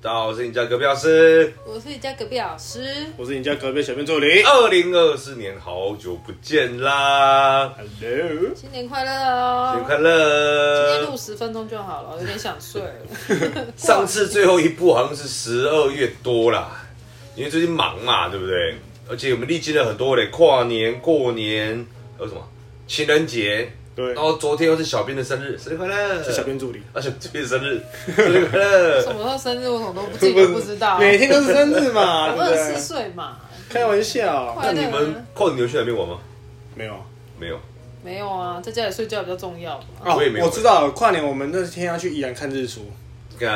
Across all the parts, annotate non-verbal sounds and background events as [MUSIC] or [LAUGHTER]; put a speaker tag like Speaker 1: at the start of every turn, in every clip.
Speaker 1: 大家好，我是你家隔壁老师。
Speaker 2: 我是你家隔壁老师，
Speaker 3: 我是你家隔壁小编助理。
Speaker 2: 哦
Speaker 1: 二零二四年好久不见啦，
Speaker 3: Hello，
Speaker 2: 新年快乐哦！
Speaker 1: 新年快
Speaker 2: 今天录
Speaker 1: 乐！
Speaker 2: 十分钟就好了，有点想睡了。 [LAUGHS]
Speaker 1: 上次最后一部好像是十二月多啦，因为最近忙嘛，对不对？而且我们历经了很多嘞，跨年、过年，还有什么情人节，
Speaker 3: 对
Speaker 1: 然，
Speaker 2: 哦
Speaker 1: 后昨天又是小编的生日，生日快乐！
Speaker 3: 是小编助理。
Speaker 1: 而且这边生日， [LAUGHS] 生日快乐！
Speaker 2: 什么时候生日我怎么都不自己都不知道。
Speaker 3: 每天都是生日
Speaker 2: [LAUGHS]
Speaker 3: 嘛，
Speaker 2: 我
Speaker 3: 对不
Speaker 2: 二十
Speaker 3: 对
Speaker 2: 四？岁嘛，
Speaker 3: 开玩笑，
Speaker 2: 快
Speaker 1: 那
Speaker 2: 乐
Speaker 1: 你们跨年有去哪边玩吗？
Speaker 3: 没有。
Speaker 1: 没有，
Speaker 2: 没有啊，在家里睡觉比较重要吧？
Speaker 3: 哦
Speaker 1: 我也没，有
Speaker 3: 我知道了，跨年我们那天要去宜兰看日出，
Speaker 1: 干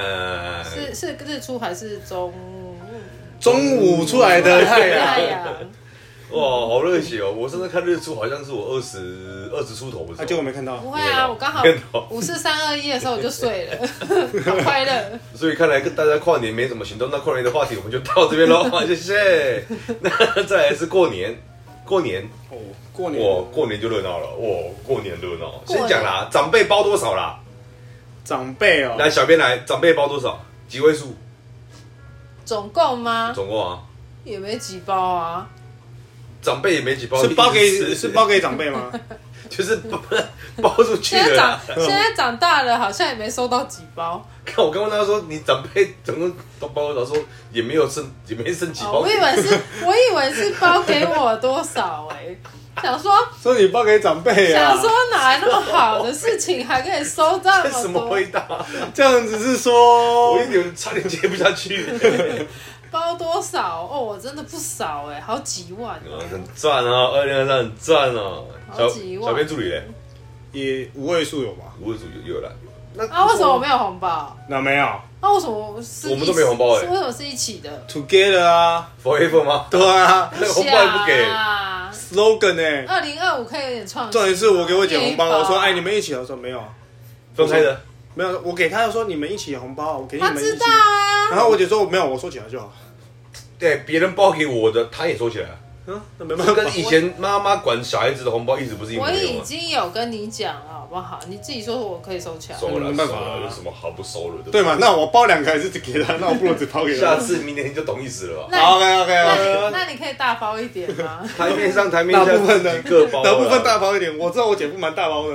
Speaker 2: 是是日出还是中
Speaker 1: 嗯
Speaker 3: 中午出来的太
Speaker 2: 太
Speaker 3: 阳，
Speaker 2: 阳？
Speaker 1: 哇，好热血哦！我上次看日出好像是我二十二十出头的时
Speaker 3: 啊，
Speaker 1: 候，
Speaker 3: 结果没看到
Speaker 2: 不。会啊，我刚好
Speaker 1: 电脑
Speaker 2: 五四三二一的时候我就睡了，好快乐。
Speaker 1: 所以看来大家跨年没什么行动，那跨年的话题我们就到这边喽，
Speaker 3: [LAUGHS]
Speaker 1: 好谢谢。那再来是过年，过年，
Speaker 3: 哦，过年
Speaker 1: 哇，过年就热闹了，哇，过年热闹。
Speaker 2: 过年
Speaker 1: 先讲啦，长辈包多少啦？
Speaker 3: 长辈哦，
Speaker 1: 来，小编来，长辈包多少？几位数？
Speaker 2: 总共吗？
Speaker 1: 总共啊，
Speaker 2: 也没几包啊，
Speaker 1: 长辈也没几包，
Speaker 3: 是
Speaker 1: [LAUGHS]
Speaker 3: 包给
Speaker 1: 你一直吃
Speaker 3: 是包给长
Speaker 1: [LAUGHS]
Speaker 3: 辈吗？
Speaker 1: 就是包包出去
Speaker 2: 现在
Speaker 1: 了
Speaker 2: 长
Speaker 1: 啦。
Speaker 2: 现在长大了，好像也没收到几包。
Speaker 1: 看我刚问他说，你长辈总共都包多少？说也没有剩，也没剩几
Speaker 2: 哦，
Speaker 1: 包
Speaker 2: 我。以为是，我以为是包给我多少哎、想说
Speaker 3: 说你包给长辈啊
Speaker 2: 想，说哪来那么好的事情，还可以收这
Speaker 1: 这 [LAUGHS] 什
Speaker 2: 么
Speaker 1: 么
Speaker 2: 多
Speaker 1: 回答？
Speaker 3: 这样子是说
Speaker 1: 我有点差点接不下 [LAUGHS] 去。
Speaker 2: 包多少？哦，我真的不少哎、好几万
Speaker 1: 啊
Speaker 2: 哦、
Speaker 1: 很赞啊，二零二三很赞哦、小
Speaker 2: 好几万
Speaker 1: 小编助理嘞，
Speaker 3: 也五位数有吧？
Speaker 1: 五位数有有了，
Speaker 3: 那
Speaker 2: 啊，为什么我没有红包？
Speaker 3: 那没有
Speaker 2: 啊，为什么是一起
Speaker 1: 我们都没有红包欸
Speaker 2: 是为什么是一起的？
Speaker 3: ？Together 啊，
Speaker 1: forever 吗？
Speaker 3: 对啊
Speaker 1: 那个红包也不给，
Speaker 3: ，slogan 欸呢？
Speaker 2: 二零二五可以有点创新。
Speaker 3: 重点是我给我姐红包，我说哎，你
Speaker 2: 们
Speaker 3: 们一起，我说没有啊，
Speaker 1: 分开的。
Speaker 3: 没有，我给她说你们一起红包，我给你
Speaker 2: 他
Speaker 3: 们一
Speaker 2: 知
Speaker 3: 起
Speaker 2: 道。啊，
Speaker 3: 然后我姐说没有，我收起来就好。
Speaker 1: 对，别人包给我的，他也收起 [LAUGHS] 来了，
Speaker 3: 嗯，那没办
Speaker 1: 这
Speaker 3: 法。
Speaker 1: 跟以前妈妈管小孩子的红包意思不是一模
Speaker 2: 我
Speaker 1: 一样
Speaker 2: 已
Speaker 1: 吗？
Speaker 2: 经有跟你讲了，好不好？你自己说我可以收起来。
Speaker 1: 收了，收
Speaker 3: 没办法啊
Speaker 1: 了，有什么好不收了的？
Speaker 3: [LAUGHS] 对嘛？那我包两个还是只给他？那我不如只包给
Speaker 1: 下
Speaker 3: 他。
Speaker 1: 次明年就懂意思了吧？
Speaker 2: 那你
Speaker 3: OK OK
Speaker 2: 那
Speaker 3: OK。
Speaker 2: 那你可以大包一点吗？
Speaker 1: [LAUGHS] 台面上台面
Speaker 3: 大
Speaker 1: 下
Speaker 3: 部分的
Speaker 1: 自己各包了
Speaker 3: 大部分大包一点，我知道我姐不蛮大包的，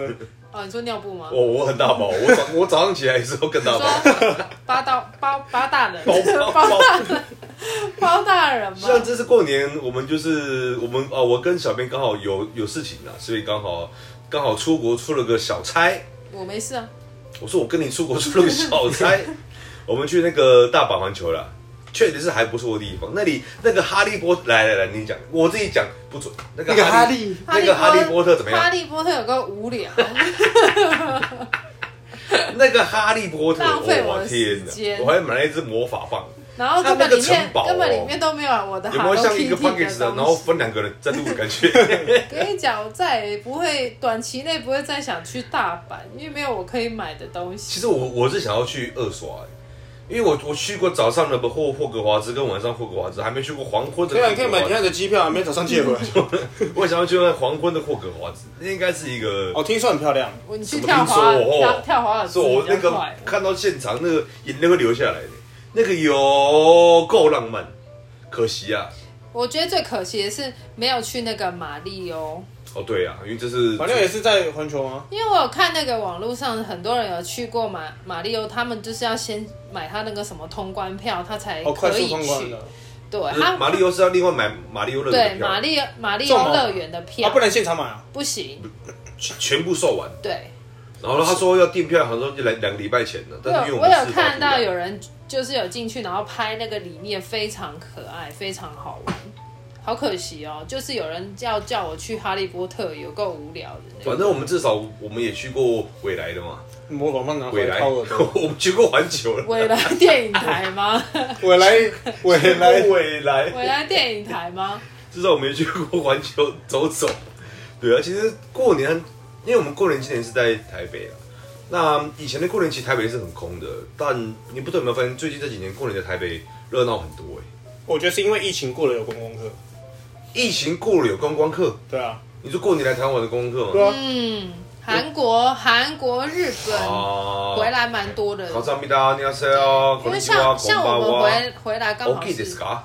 Speaker 2: 哦，你说尿布吗？
Speaker 1: 我我很大包，我早我早上起来的时候更大包，
Speaker 3: [LAUGHS]
Speaker 2: 说八道包八大人，
Speaker 1: 包包包
Speaker 2: [LAUGHS] 包大人，包大人嘛。
Speaker 1: 像这次过年，我们就是我们啊、我跟小编刚好有有事情啊，所以刚好刚好出国出了个小差。
Speaker 2: 我没事啊，
Speaker 1: 我说我跟你出国出了个小差， [LAUGHS] 我们去那个大阪环球啦，确实是还不错的地方。那里那个哈利波来来来，你讲，我自己讲不准。那个
Speaker 3: 那个
Speaker 1: 哈
Speaker 3: 哈
Speaker 1: 利，
Speaker 3: 利，
Speaker 1: 那个哈利波特怎么
Speaker 2: 哈
Speaker 1: 样？
Speaker 2: 利波特有个
Speaker 1: [LAUGHS]
Speaker 2: 无聊，
Speaker 1: 那个哈利波特，
Speaker 2: 浪费我
Speaker 1: 哇
Speaker 2: 的
Speaker 1: 天
Speaker 2: 时间
Speaker 1: 我还买了一支魔法棒，
Speaker 2: 然后根
Speaker 1: 他那
Speaker 2: 本
Speaker 1: 个
Speaker 2: 里面
Speaker 1: 城堡哦
Speaker 2: 根本里面都没有啊我的
Speaker 1: 有没有
Speaker 2: Hello
Speaker 1: 像一
Speaker 2: Kitty
Speaker 1: 个
Speaker 2: 的
Speaker 1: p o c k e
Speaker 2: 东
Speaker 1: t 然后
Speaker 2: 西。
Speaker 1: 分两个人在录的感觉？
Speaker 2: 跟你讲，我再也不会短期内不会再想去大阪，因为没有我可以买的东
Speaker 1: 其
Speaker 2: 西。
Speaker 1: 实我我是想要去二刷、欸，因为我我去过早上的霍霍格华兹跟晚上霍格华兹，还没去过黄昏的
Speaker 3: 可以
Speaker 1: 霍
Speaker 3: 啊，你可以
Speaker 1: 格
Speaker 3: 买
Speaker 1: 华
Speaker 3: 你
Speaker 1: 兹。
Speaker 3: 看的机票，明天早上借回来。 [LAUGHS]
Speaker 1: 我想要去看黄昏的霍格华兹，
Speaker 3: 哦
Speaker 1: 那应该是一个。
Speaker 3: 哦，听说很漂亮，
Speaker 2: 我你去
Speaker 1: 什么
Speaker 2: 跳滑
Speaker 1: 听说哦
Speaker 2: 跳跳滑
Speaker 1: 是
Speaker 2: 是
Speaker 1: 我那个看到现场那个眼泪会流下来的，那个有够浪漫，可惜啊。
Speaker 2: 我觉得最可惜的是没有去那个马里哦。
Speaker 1: 哦对啊，因为这是
Speaker 3: 反正也是在环球啊。
Speaker 2: 因为我有看那个网络上很多人有去过马马里奥，他们就是要先买他那个什么通关票，他才
Speaker 3: 哦，快
Speaker 2: 可
Speaker 3: 速
Speaker 2: 以
Speaker 3: 通关
Speaker 2: 去。
Speaker 3: 了，
Speaker 2: 对，
Speaker 1: 不是
Speaker 2: 他
Speaker 1: 马里欧是要另外买马里欧乐园
Speaker 2: 对
Speaker 1: 的票，
Speaker 2: 马里马里
Speaker 3: 这种
Speaker 2: 奥
Speaker 3: 吗
Speaker 2: 乐园的票
Speaker 3: 啊，不能现场买啊。
Speaker 2: 不行，
Speaker 1: 全全部售完。
Speaker 2: 对，
Speaker 1: 然后他说要订票，好像就两两个礼拜前了。
Speaker 2: 我
Speaker 1: 但是因为
Speaker 2: 有我
Speaker 1: 们
Speaker 2: 有
Speaker 1: 是
Speaker 2: 看到有人就是有进去，然后拍那个里面非常可爱，非常好玩。好可惜哦，就是有人要叫我去哈利波特，有够无聊的
Speaker 1: [LAUGHS]
Speaker 2: 那个。
Speaker 1: 反正我们至少我们也去过未来的嘛，
Speaker 3: 模仿棒拿回
Speaker 1: 未
Speaker 3: 来
Speaker 1: 来
Speaker 3: 掏耳朵，
Speaker 1: 我们去过环球了，
Speaker 2: 未来电影台吗？
Speaker 3: 未来未来
Speaker 1: 未
Speaker 2: 未
Speaker 1: 来，
Speaker 2: 来电影台吗？
Speaker 1: 至少我们也去过环球走走。对啊，其实过年，因为我们过年今年是在台北啊。那以前的过年其实台北是很空的，但你不懂有没有发现，最近这几年过年的台北热闹很多哎、
Speaker 3: [LAUGHS] 我觉得是因为疫情过了有观光客，
Speaker 1: 疫情过了有观光客，
Speaker 3: 对啊，
Speaker 1: 你说过年来台湾玩的观光客吗？
Speaker 3: 对啊，
Speaker 2: 嗯，韩国、韩国、日本
Speaker 3: 啊
Speaker 1: 哦，
Speaker 2: 回来蛮多的，
Speaker 1: 考察密达，你好塞哦，
Speaker 2: 因为像像
Speaker 3: 啊
Speaker 2: 我们回回来刚好
Speaker 1: OK です
Speaker 2: 是
Speaker 1: か？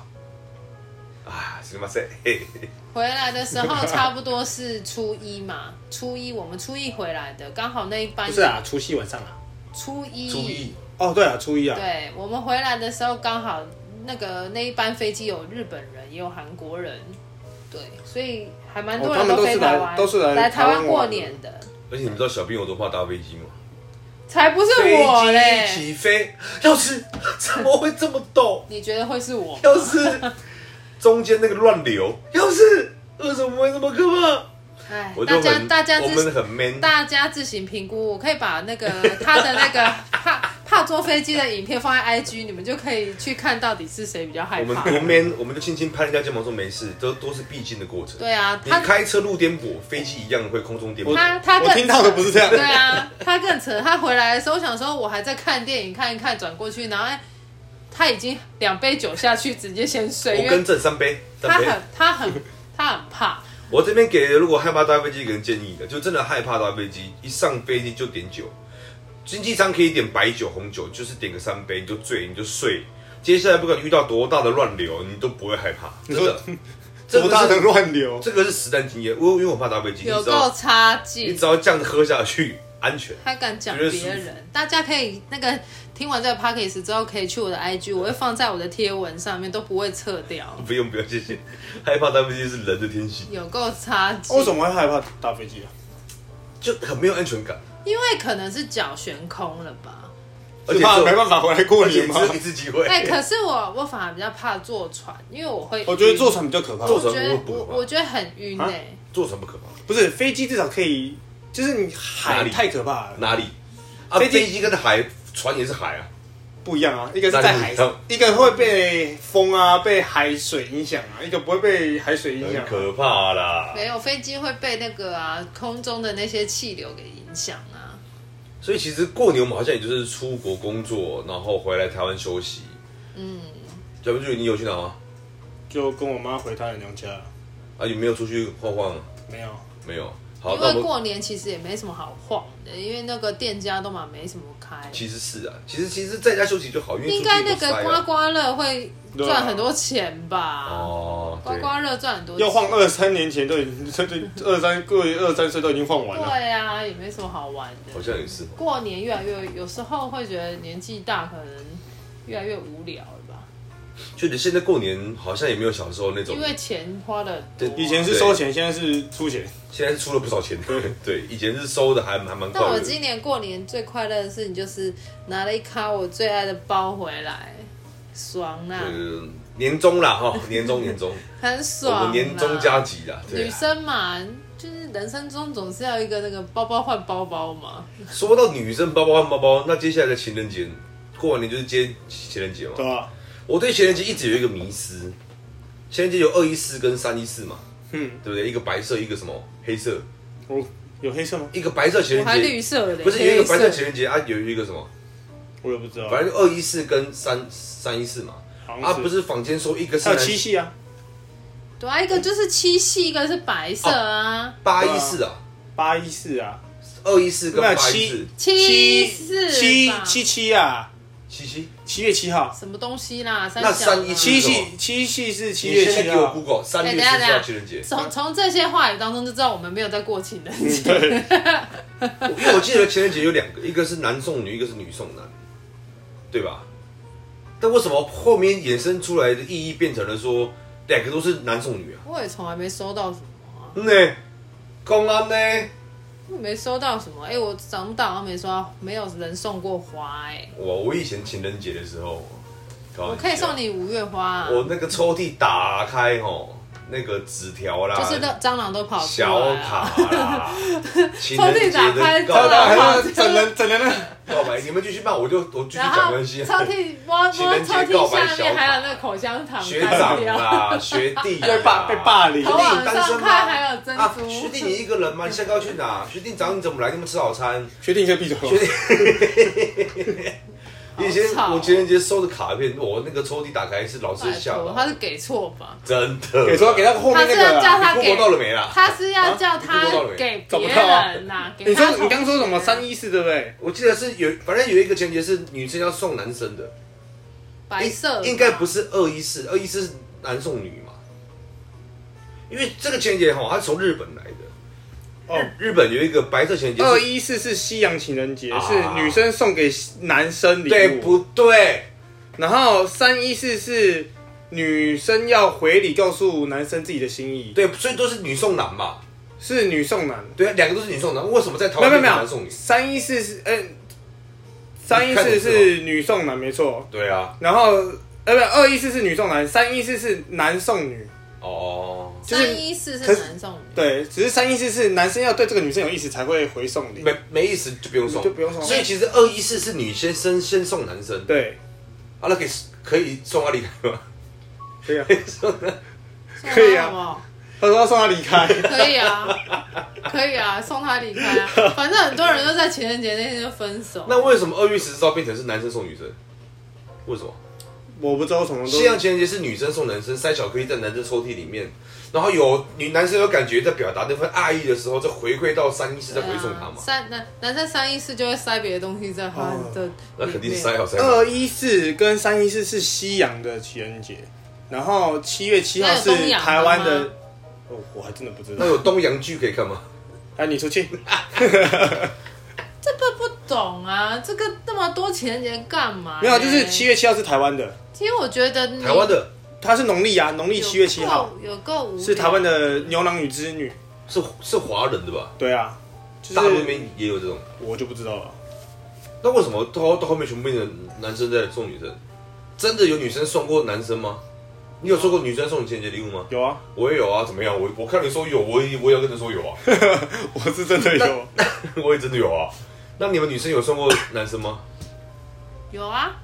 Speaker 1: 啊，すみません。嘿嘿
Speaker 2: 回来的时候差不多是初一嘛，初一我们初一回来的，刚好那一班
Speaker 3: 不是啊，除夕晚上啊。
Speaker 2: 初一
Speaker 1: 注意，
Speaker 3: 哦，对啊，初一啊。
Speaker 2: 对我们回来的时候刚好那个那一班飞机有日本人也有韩国人，对，所以还蛮多
Speaker 3: 哦他
Speaker 2: 人
Speaker 3: 们都是
Speaker 2: 飞台
Speaker 3: 来
Speaker 2: 湾、
Speaker 3: 都是来
Speaker 2: 来台
Speaker 3: 台湾玩
Speaker 2: 过
Speaker 3: 的
Speaker 2: 年的，
Speaker 1: 而且你知道小兵有多怕搭飞机吗？
Speaker 2: 才不是
Speaker 1: 飞
Speaker 2: 我嘞！
Speaker 1: 机起飞，要是怎么会这么陡？
Speaker 2: 你觉得会是我？
Speaker 1: 要是中间那个乱流，要是为什么会这么可怕？
Speaker 2: 哎
Speaker 1: 我，
Speaker 2: 大
Speaker 1: 就
Speaker 2: 家
Speaker 1: 很，
Speaker 2: 大家
Speaker 1: 我
Speaker 2: 自
Speaker 1: 们很 man，
Speaker 2: 大家自行评估，我可以把那
Speaker 3: [LAUGHS]
Speaker 2: 个他的那个怕怕坐飞机的影片放在 IG，你们就可以去看到底是谁比较害
Speaker 1: 我们
Speaker 2: 怕。
Speaker 1: 多 man，我们就轻轻拍人家肩膀说没事，都都是必经的过程。
Speaker 2: 对啊，
Speaker 1: 你
Speaker 2: 他
Speaker 1: 开车路颠簸，飞机一样会空中颠簸。
Speaker 2: 他他
Speaker 3: 我
Speaker 2: 更
Speaker 3: 听到的不是这
Speaker 2: [LAUGHS]
Speaker 3: 样
Speaker 2: 对。啊，他更扯。他回来的时候，我想说我还在看电影，看一看，转过去，然后哎他已经两杯酒下去，直接先睡，
Speaker 1: 我
Speaker 2: 因为
Speaker 1: 跟正三杯，
Speaker 2: 他
Speaker 1: 三杯。
Speaker 2: 很他很他很怕。
Speaker 1: 我这边给如果害怕搭飞机一个人建议的，就真的害怕搭飞机，一上飞机就点酒，经济舱可以点白酒、红酒，就是点个三杯你就醉，你就睡。接下来不管遇到多大的乱流，你都不会害怕，真的。这
Speaker 3: 多
Speaker 1: 不
Speaker 3: 大
Speaker 1: 是
Speaker 3: [LAUGHS] 能乱流？
Speaker 1: 这个是实战经验，我因为我怕搭飞机，你
Speaker 2: 有
Speaker 1: 只
Speaker 2: 够
Speaker 1: 要
Speaker 2: 差
Speaker 1: 你
Speaker 2: 劲
Speaker 1: 只。要这样喝下去， [LAUGHS] 安全。
Speaker 2: 他敢讲
Speaker 1: 觉得
Speaker 2: 别
Speaker 1: 舒服
Speaker 2: 人，大家可以那个听完这个 podcast 之后，可以去我的 IG，我会放在我的贴文上面，都不会撤掉，
Speaker 1: 不用不用，谢谢。害怕搭飞机是人的天性，
Speaker 2: 有够差劲。
Speaker 3: 为什？么会害怕搭飞机啊？
Speaker 1: 就很没有安全感，
Speaker 2: 因为可能是脚悬空了吧。
Speaker 1: 而且
Speaker 3: 是怕
Speaker 1: 这
Speaker 3: 没办法回来过
Speaker 1: 而且
Speaker 3: 年
Speaker 1: 只
Speaker 3: 吗？
Speaker 1: 有一次机会。
Speaker 2: 哎、可是我我反而比较怕坐船，因为我会
Speaker 3: 我哦觉得
Speaker 2: 晕
Speaker 3: 坐船比较可怕。
Speaker 1: 坐
Speaker 2: 我
Speaker 1: 船
Speaker 2: 觉得
Speaker 1: 不
Speaker 2: 我
Speaker 1: 可怕
Speaker 2: 我觉得很晕哎、
Speaker 3: 啊
Speaker 1: 坐船不可怕，
Speaker 3: 不是飞机，至少可以，就是你
Speaker 1: 哪
Speaker 3: 海
Speaker 1: 里
Speaker 3: 太可怕了，
Speaker 1: 哪里？啊，
Speaker 3: 飞机
Speaker 1: 飞机跟海，船也是海啊。
Speaker 3: 不一样啊。一个是
Speaker 1: 哪里
Speaker 3: 在
Speaker 1: 不
Speaker 3: 海
Speaker 1: 一样，
Speaker 3: 一个会被风啊、被海水影响啊，一个不会被海水影响
Speaker 1: 很
Speaker 3: 啊。
Speaker 1: 可怕啦。
Speaker 2: 没有飞机会被那个啊空中的那些气流给影响啊。
Speaker 1: 所以其实过年我们好像也就是出国工作，然后回来台湾休息。嗯，小不就你有去哪吗？
Speaker 3: 就跟我妈回她的娘家，
Speaker 1: 啊，你没有出去晃晃吗？
Speaker 3: 没有。
Speaker 1: 没有。好，
Speaker 2: 因
Speaker 1: 那我
Speaker 2: 为
Speaker 1: 们
Speaker 2: 过年其实也没什么好晃的，因为那个店家都嘛没什么开。
Speaker 1: 其实是啊，其实其实在家休息就好，因为
Speaker 2: 应该那
Speaker 1: 出去
Speaker 2: 个
Speaker 1: 也不塞
Speaker 2: 刮
Speaker 1: 啊
Speaker 2: 刮乐会赚很多钱吧？
Speaker 1: 哦，
Speaker 2: 刮
Speaker 1: 对，
Speaker 2: 刮乐赚很多钱，
Speaker 3: 要晃二三年前都已经，对对，二三过二三岁都已经晃完了。
Speaker 2: 对啊，也没什么好玩
Speaker 1: 好
Speaker 2: 的。
Speaker 1: 像也是哦。
Speaker 2: 过年越来越，有时候会觉得年纪大，可能越来越无聊了吧？
Speaker 1: 就你现在过年好像也没有小时候那种
Speaker 2: 因，为钱花的多啊
Speaker 1: 对。
Speaker 3: 以前是收钱，现在是出钱。
Speaker 1: 现在是出了不少钱。 [LAUGHS] 对，以前是收的还还蛮
Speaker 2: 但
Speaker 1: 够
Speaker 2: 我
Speaker 1: 的。
Speaker 2: 今年过年最快乐的事情就是拿了一卡我最爱的包回来，爽啦，
Speaker 1: 嗯，年终啦哈，年终年
Speaker 2: [LAUGHS]
Speaker 1: 终，
Speaker 2: 很
Speaker 1: 我
Speaker 2: 爽啦。啊
Speaker 1: 们年终加急啦。对
Speaker 2: 女
Speaker 1: 啊，
Speaker 2: 生嘛，就是人生中总是要一个那个包包换包包嘛。
Speaker 1: 说到女生包包换包包，那接下来的情人节，过完年就是接情人节嘛。
Speaker 3: 对吧？
Speaker 1: 我对情人节一直有一个迷思，情人节有二一四跟三一四嘛，
Speaker 3: 嗯，
Speaker 1: 对不对？一个白色，一个什么黑色，
Speaker 3: 我有黑色吗？
Speaker 1: 一个白色情
Speaker 2: 我还
Speaker 1: 人
Speaker 2: 绿
Speaker 1: 节，
Speaker 2: 色的，
Speaker 1: 不是有一个白色
Speaker 2: 黑
Speaker 1: 情人节啊，有一个什么，
Speaker 3: 我也不知道。
Speaker 1: 反正二一四跟三三一四嘛。
Speaker 3: 好像
Speaker 1: 啊，不是坊间说一个是
Speaker 3: 还有
Speaker 1: 男
Speaker 3: 七夕啊，
Speaker 2: 对啊，一个就是七夕，一个是白色啊，
Speaker 1: 八一四啊，
Speaker 3: 八一四啊，
Speaker 1: 二一四跟
Speaker 3: 没
Speaker 1: 八
Speaker 3: 有
Speaker 1: 一四，
Speaker 2: 七
Speaker 3: 七
Speaker 2: 四
Speaker 3: 七
Speaker 2: 吧
Speaker 3: 七七啊，
Speaker 1: 七七。
Speaker 3: 七月七号，
Speaker 2: 什么东西啦？三
Speaker 1: 那
Speaker 2: 小啦
Speaker 1: 三一七
Speaker 3: 七夕七夕是七
Speaker 1: 你
Speaker 3: 月
Speaker 1: 现在
Speaker 3: 七
Speaker 1: 给我
Speaker 3: 号，
Speaker 1: Google 三
Speaker 2: 哎
Speaker 1: 月
Speaker 2: 等一下
Speaker 1: 四号
Speaker 2: 等
Speaker 1: 情人节，
Speaker 2: 从从这些话语当中就知道我们没有在过情人节。[LAUGHS]
Speaker 3: 嗯对，
Speaker 1: 因为我记得情人节有两个，一个是男送女，一个是女送男，对吧？但为什么后面衍生出来的意义变成了说两个都是男送女啊？嗯
Speaker 2: 我也从来没收到什么、啊，
Speaker 1: 呢，公安呢？
Speaker 2: 我没收到什么。哎、我长大好像没收到，没有人送过花、哎，
Speaker 1: 我我以前情人节的时候，
Speaker 2: 我
Speaker 1: 我
Speaker 2: 可以送，你五月花、啊，
Speaker 1: 我那个抽屉打开吼，那个纸条啦，
Speaker 2: 就是那蟑螂都跑出来、
Speaker 1: 小
Speaker 2: 啊。
Speaker 1: 卡啦，情
Speaker 2: 抽屉
Speaker 1: 人
Speaker 2: 打开
Speaker 1: 节的
Speaker 2: 真
Speaker 1: 告
Speaker 2: 的
Speaker 1: 白，
Speaker 2: 好
Speaker 3: 还是整人整人的，
Speaker 1: 告白，你们继续骂，我就我继续
Speaker 2: 然后
Speaker 1: 讲
Speaker 2: 抽
Speaker 1: 关系。啊
Speaker 2: 屉摸摸抽
Speaker 1: [LAUGHS] 情人节告
Speaker 2: 屉
Speaker 1: 白
Speaker 2: 下
Speaker 1: 小
Speaker 2: 面
Speaker 1: 卡
Speaker 2: 还有那个口香糖
Speaker 1: 学
Speaker 2: 干
Speaker 1: 长啊
Speaker 2: 掉
Speaker 1: 啦， [LAUGHS] 学弟啦
Speaker 3: 被霸被霸凌
Speaker 1: 学弟你单
Speaker 2: 头
Speaker 1: 身
Speaker 2: 往上
Speaker 1: 吗？
Speaker 2: 看还有珍珠
Speaker 1: 啊，学弟你一个人吗？你下课要去哪？学弟找你怎么来？你们吃早餐？
Speaker 3: 决定可以闭嘴了
Speaker 2: [LAUGHS]
Speaker 1: 学。弟，你以前
Speaker 2: 好吵哦
Speaker 1: 我情人节收的卡片，我那个抽屉打开是老师
Speaker 2: 拜
Speaker 1: 吓
Speaker 2: 托
Speaker 1: 到，，
Speaker 2: 他是给错吧？
Speaker 1: 真的
Speaker 3: 给说给他后面
Speaker 1: 啊
Speaker 3: 那个
Speaker 2: 他是要叫
Speaker 3: 啦。
Speaker 2: 他
Speaker 1: 你
Speaker 2: 给
Speaker 1: 过到了没啦？
Speaker 2: 他是要叫
Speaker 1: 啊
Speaker 2: 他
Speaker 1: 你不知道了没
Speaker 2: 给
Speaker 3: 找
Speaker 2: 别
Speaker 3: 不到啊
Speaker 2: 人呐、给
Speaker 3: 你
Speaker 2: 他
Speaker 3: 说你刚说什么
Speaker 2: 同学
Speaker 3: 三一四对不对？
Speaker 1: 我记得是有，反正有一个情人节是女生要送男生的，
Speaker 2: 白色
Speaker 1: 应应该不
Speaker 2: 是
Speaker 1: 是二一四，二一四是男送女嘛。因为这个情人节哈，它是从日本来的。
Speaker 3: 哦
Speaker 1: 日日本有一个白色情人嗯节是，
Speaker 3: 二一四是西洋情人节，
Speaker 1: 啊
Speaker 3: 是女生送给男生礼物。
Speaker 1: 对不对？
Speaker 3: 然后三一四是女生要回礼，告诉男生自己的心意，
Speaker 1: 对，所以都是女送男嘛。
Speaker 3: 是女送男。
Speaker 1: 对啊，两个都是女送男，为什么在台
Speaker 3: 没
Speaker 1: 湾
Speaker 3: 有没有
Speaker 1: 变
Speaker 3: 没
Speaker 1: 成男送
Speaker 3: 有，
Speaker 1: 女？
Speaker 3: 三一四是嗯，三一
Speaker 1: 你看
Speaker 3: 四
Speaker 1: 得出来
Speaker 3: 是女送男没错，
Speaker 1: 对啊，
Speaker 3: 然后呃不二一四是女送男，三一四是男送女。
Speaker 1: 哦，
Speaker 3: 就是
Speaker 2: 三一四
Speaker 3: 可
Speaker 2: 是
Speaker 3: 是
Speaker 2: 男送女，
Speaker 3: 对，只是三一四是男生要对这个女生有意思才会回送礼。
Speaker 1: 没没意思就不用送，
Speaker 3: 就不用送
Speaker 1: 所以其实二一四是女先生先送男生，
Speaker 3: 对，
Speaker 1: 啊，那可以可以送他离开吗？ [LAUGHS]
Speaker 3: 可 [LAUGHS] 以啊。
Speaker 2: 送他
Speaker 3: 可以啊
Speaker 2: 好不好
Speaker 3: 他说要送她离开， [LAUGHS]
Speaker 2: 可以啊，可以啊，送他离开啊。反正很多人都在情人节那天就分手。
Speaker 1: 那为什么二月十四号变成是男生送女生？为什么？
Speaker 3: 我不知道什么
Speaker 1: 西洋
Speaker 3: 都。
Speaker 1: 情人节是女生送男生，塞巧克力在男生抽屉里面，然后有女男生有感觉在表达那份爱意的时候，再回馈到三一四再回送他嘛
Speaker 3: 嗯
Speaker 2: 对啊？三男男生三一四就会塞别的东西在他
Speaker 3: 哦
Speaker 2: 的里面、
Speaker 1: 那肯定塞好塞满。
Speaker 3: 二一四跟三一四是西洋的情人节，然后七月七号
Speaker 2: 那有东
Speaker 3: 是
Speaker 2: 洋的
Speaker 3: 台湾的
Speaker 2: 吗。
Speaker 3: 哦，我还真的不知道
Speaker 1: 那。有东洋剧可以看吗？
Speaker 3: 哎，你出去。
Speaker 2: 这个不懂啊，这个那么多情人节干嘛？
Speaker 3: 没有，啊就是七。月七号是台湾的，
Speaker 2: 其实我觉
Speaker 3: 嗯
Speaker 2: 得你
Speaker 1: 台湾的
Speaker 3: 它是农历啊，农历
Speaker 2: 有
Speaker 3: 七月七号
Speaker 2: 够有够无聊
Speaker 3: 是台湾的牛郎与织女。
Speaker 1: 是是华人的吧？
Speaker 3: 对啊，就
Speaker 1: 大陆那
Speaker 3: 是
Speaker 1: 边也有这种。
Speaker 3: 我就不知道了。
Speaker 1: 那为什么到到后面全部变成男生在送女生？真的有女生送过男生吗？你有收过女生送你情人节礼物吗？
Speaker 3: 有啊，
Speaker 1: 我也有啊，怎么样？我我看你说有，我也我也要跟着说有啊，
Speaker 3: [LAUGHS]
Speaker 1: [LAUGHS]
Speaker 3: 我是真的有。
Speaker 1: 我也真的有啊。那你们女生有送过男生吗？
Speaker 2: 有啊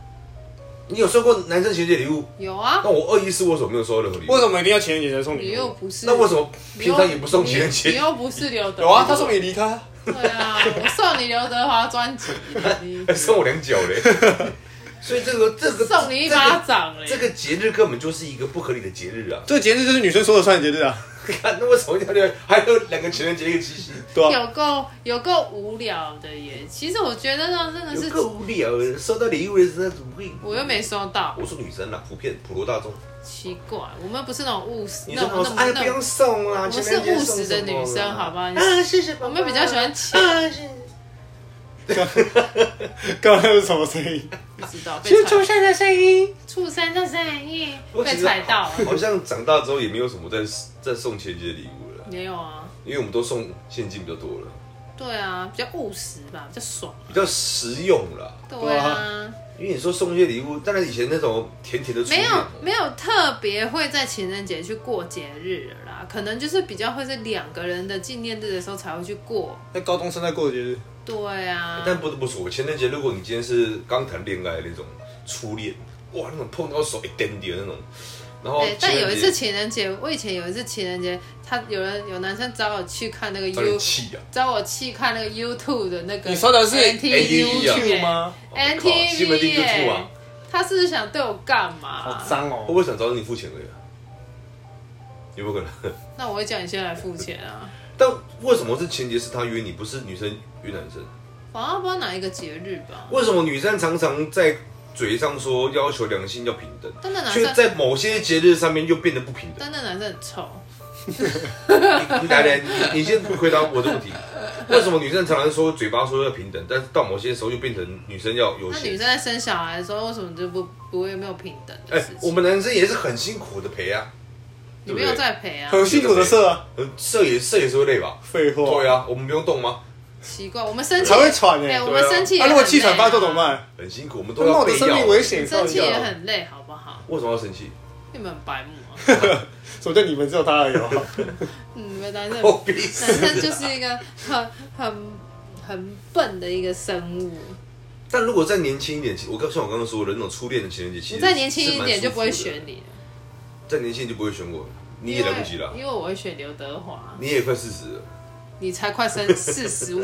Speaker 1: 你有收过男生情人节礼物？
Speaker 2: 有啊
Speaker 3: 哦
Speaker 1: 那，我二一四为什么没有收到任何礼
Speaker 3: 为
Speaker 1: 物？
Speaker 3: 什么一定要情人节才送
Speaker 2: 你
Speaker 3: 礼
Speaker 2: 又
Speaker 3: 物？
Speaker 2: 不是
Speaker 1: 那为什么
Speaker 2: 你又
Speaker 1: 平常也不送情人
Speaker 2: 你
Speaker 1: 节？
Speaker 2: 又不是刘德
Speaker 3: 有
Speaker 2: 华
Speaker 3: 啊，他送你离开啊。
Speaker 2: 对啊，我送你刘德华专辑，
Speaker 1: [LAUGHS]
Speaker 2: 你
Speaker 1: 还送我两脚嘞？所以这个这个
Speaker 2: 送你一巴掌欸嘞、
Speaker 1: 这个节日根本就是一个不合理的节日啊！
Speaker 3: 这个节日就是女生说了算的节日啊。
Speaker 1: [LAUGHS] 看那为什么一定要还有两个情人节一个七夕？
Speaker 3: 对啊，
Speaker 2: 有够有够无聊的耶！其实我觉得那真的
Speaker 1: 有
Speaker 2: 是，
Speaker 1: 个无聊的，收到礼物的时候怎么会？
Speaker 2: 我又没收到，
Speaker 1: 我说女生啊啦，普遍普罗大众，
Speaker 2: 奇怪，我们不是那种务实，
Speaker 1: 女
Speaker 2: 那
Speaker 1: 生
Speaker 2: 种
Speaker 1: 好说
Speaker 2: 那种
Speaker 1: 哎
Speaker 2: 那
Speaker 1: 不
Speaker 2: 种
Speaker 1: 用送啦，
Speaker 2: 我们
Speaker 1: 情
Speaker 2: 是
Speaker 1: 人节送
Speaker 2: 务
Speaker 1: 啊
Speaker 2: 实的
Speaker 1: 什么
Speaker 2: 女生，
Speaker 1: 啦
Speaker 2: 好不好？
Speaker 1: 啊，谢谢爸爸。
Speaker 2: 我们比较喜欢钱，
Speaker 1: 啊，谢谢。
Speaker 3: 刚刚那是什么声 [LAUGHS] 音？
Speaker 2: 不知道被
Speaker 3: 是
Speaker 2: 踩
Speaker 3: 生的声音。
Speaker 2: 畜生的生意
Speaker 1: 我
Speaker 2: 被
Speaker 1: 其实
Speaker 2: 踩到了，
Speaker 1: 好像长大之后也没有什么在在送情人节礼物了，
Speaker 2: 没有啊？
Speaker 1: 因为我们都送现金比较多了，
Speaker 2: 对啊，比较务实吧，比较爽。
Speaker 1: 比较实用啦。
Speaker 2: 对啊，
Speaker 1: 因为你说送一些礼物，当然以前那种甜甜的初
Speaker 2: 没
Speaker 1: 恋
Speaker 2: 有
Speaker 1: 哦，
Speaker 2: 没有特别会在情人节去过节日了啦，可能就是比较会是两个人的纪念日的时候才会去过。
Speaker 3: 那高中生在过的节日，
Speaker 2: 对啊，
Speaker 1: 但不得不说，情人节如果你今天是刚谈恋爱那种初恋，哇，那种碰到手一点点那种，然后
Speaker 2: 对，但
Speaker 1: 情人
Speaker 2: 有一
Speaker 1: 节
Speaker 2: 次情人节，我以前有一次情人节，他有人有男生找我去看那个
Speaker 1: 让人
Speaker 2: U，
Speaker 1: 气啊！
Speaker 2: 找我去看那个 YouTube 的那个 NTV 耶。
Speaker 3: 你说的是
Speaker 1: NTV 啊
Speaker 3: Q 吗？
Speaker 1: 我靠西门町
Speaker 2: NTV
Speaker 1: 就吐
Speaker 2: 耶
Speaker 1: 啊！
Speaker 2: 他是不是想对我干嘛
Speaker 3: 好？脏
Speaker 1: 会
Speaker 3: 哦。
Speaker 1: 不会想找你付钱而已啊？有没有可能？
Speaker 2: 那我会叫你先来付钱啊！
Speaker 1: 但为什么是情人节是他约你，不是女生约男生？
Speaker 2: 好像不知道哪一个节日吧？
Speaker 1: 为什么女生常常在嘴上说要求两性要平等，
Speaker 2: 但那男
Speaker 1: 却
Speaker 2: 生，
Speaker 1: 在某些节日上面又变得不平等？
Speaker 2: 但那男生很臭，
Speaker 1: 你来来，你你先回答我的问题。为什么女生常常说嘴巴说要平等，但是到某些时候就变成女生要优
Speaker 2: 那女
Speaker 1: 先？
Speaker 2: 生在生小孩的时候，为什么就不不会没有平等
Speaker 1: 哎、
Speaker 2: 的事
Speaker 1: 我
Speaker 2: 情？
Speaker 1: 们男生也是很辛苦的陪啊，对
Speaker 2: 你
Speaker 1: 不
Speaker 2: 没
Speaker 1: 对
Speaker 2: 有在
Speaker 1: [LAUGHS]
Speaker 2: 陪啊？
Speaker 3: 很辛苦的事啊，
Speaker 1: 呃射也射也是会累吧？
Speaker 3: 废话。
Speaker 1: 对啊，我们不用动吗？
Speaker 2: 奇怪，我们生气
Speaker 3: 才会喘
Speaker 2: 哎，
Speaker 1: 欸
Speaker 3: 哎。
Speaker 2: 我们生气也
Speaker 3: 啊，如果
Speaker 2: 很
Speaker 3: 气喘
Speaker 2: 累
Speaker 3: 发
Speaker 2: 啊
Speaker 3: 作怎么？办？
Speaker 1: 很辛苦，我们都
Speaker 3: 那
Speaker 1: 要
Speaker 3: 冒着
Speaker 1: 被
Speaker 3: 生
Speaker 1: 咬
Speaker 3: 命。危险，
Speaker 2: [LAUGHS] 生气
Speaker 3: 到底
Speaker 2: 也
Speaker 3: 要
Speaker 2: 很累，好不好？
Speaker 1: 为什么要生气？
Speaker 2: 你们很白目啊！
Speaker 1: [LAUGHS]
Speaker 3: 什么叫你们只有他而已哦？ [LAUGHS]
Speaker 2: 嗯，男生
Speaker 1: 我逼
Speaker 2: 男生
Speaker 1: 死！
Speaker 2: 就是一个很很很笨的一个生物。
Speaker 1: 但如果再年轻一点，其我刚像我刚刚说的那种初恋的情人节，其
Speaker 2: 你
Speaker 1: 实
Speaker 2: 再年轻
Speaker 1: 是
Speaker 2: 一
Speaker 1: 蛮
Speaker 2: 点就不会
Speaker 1: 舒服的
Speaker 2: 选，你了，
Speaker 1: 再年轻就不会选我了，你也来不及了
Speaker 2: 因为，因为我会选刘德华，
Speaker 1: 你也快四十了。 [LAUGHS]
Speaker 2: 你才快生四十五。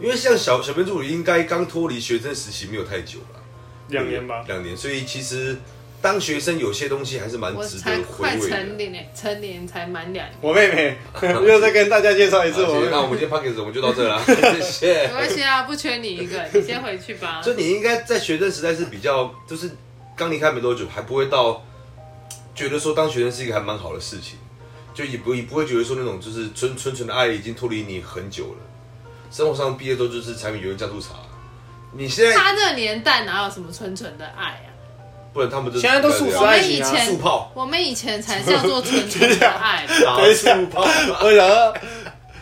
Speaker 1: 因为像小小编助理应该刚脱离学生时期没有太久了，
Speaker 3: 两年吧，
Speaker 1: 两年，所以其实当学生有些东西还是蛮
Speaker 2: 我
Speaker 1: 值得
Speaker 2: 才快
Speaker 1: 回味
Speaker 2: 成
Speaker 1: 的。
Speaker 2: 年，成年才满两年。
Speaker 3: [LAUGHS] 我妹妹 [LAUGHS] 啊又再跟大家介绍一次
Speaker 1: 好
Speaker 3: 我
Speaker 1: 谢
Speaker 3: 妹 [LAUGHS]
Speaker 1: 谢那我
Speaker 3: 妹。
Speaker 1: 们今天 p o c k e t 我们就到这啦，谢谢
Speaker 2: 没。关系啊，不缺你一个，你先回去
Speaker 1: [LAUGHS]
Speaker 2: 吧。
Speaker 1: 所以你应该在学生时代是比较，就是刚离开没多久，还不会到觉得说当学生是一个还蛮好的事情，就也不也不会觉得说那种就是纯纯纯的爱已经脱离你很久了。生活上毕业之后就是柴米油盐酱醋茶，你现在
Speaker 2: 他这个年代哪有什么纯纯的爱啊？
Speaker 1: 不然他 [LAUGHS] 们就
Speaker 3: 现在都素食
Speaker 2: 我
Speaker 3: 爱
Speaker 2: 们以
Speaker 3: 情啊
Speaker 2: 前
Speaker 1: 速泡，
Speaker 2: 我们以前才叫做纯纯的爱吧。
Speaker 1: 打
Speaker 3: 等一
Speaker 1: 速
Speaker 3: 下
Speaker 1: 泡，
Speaker 3: 我想要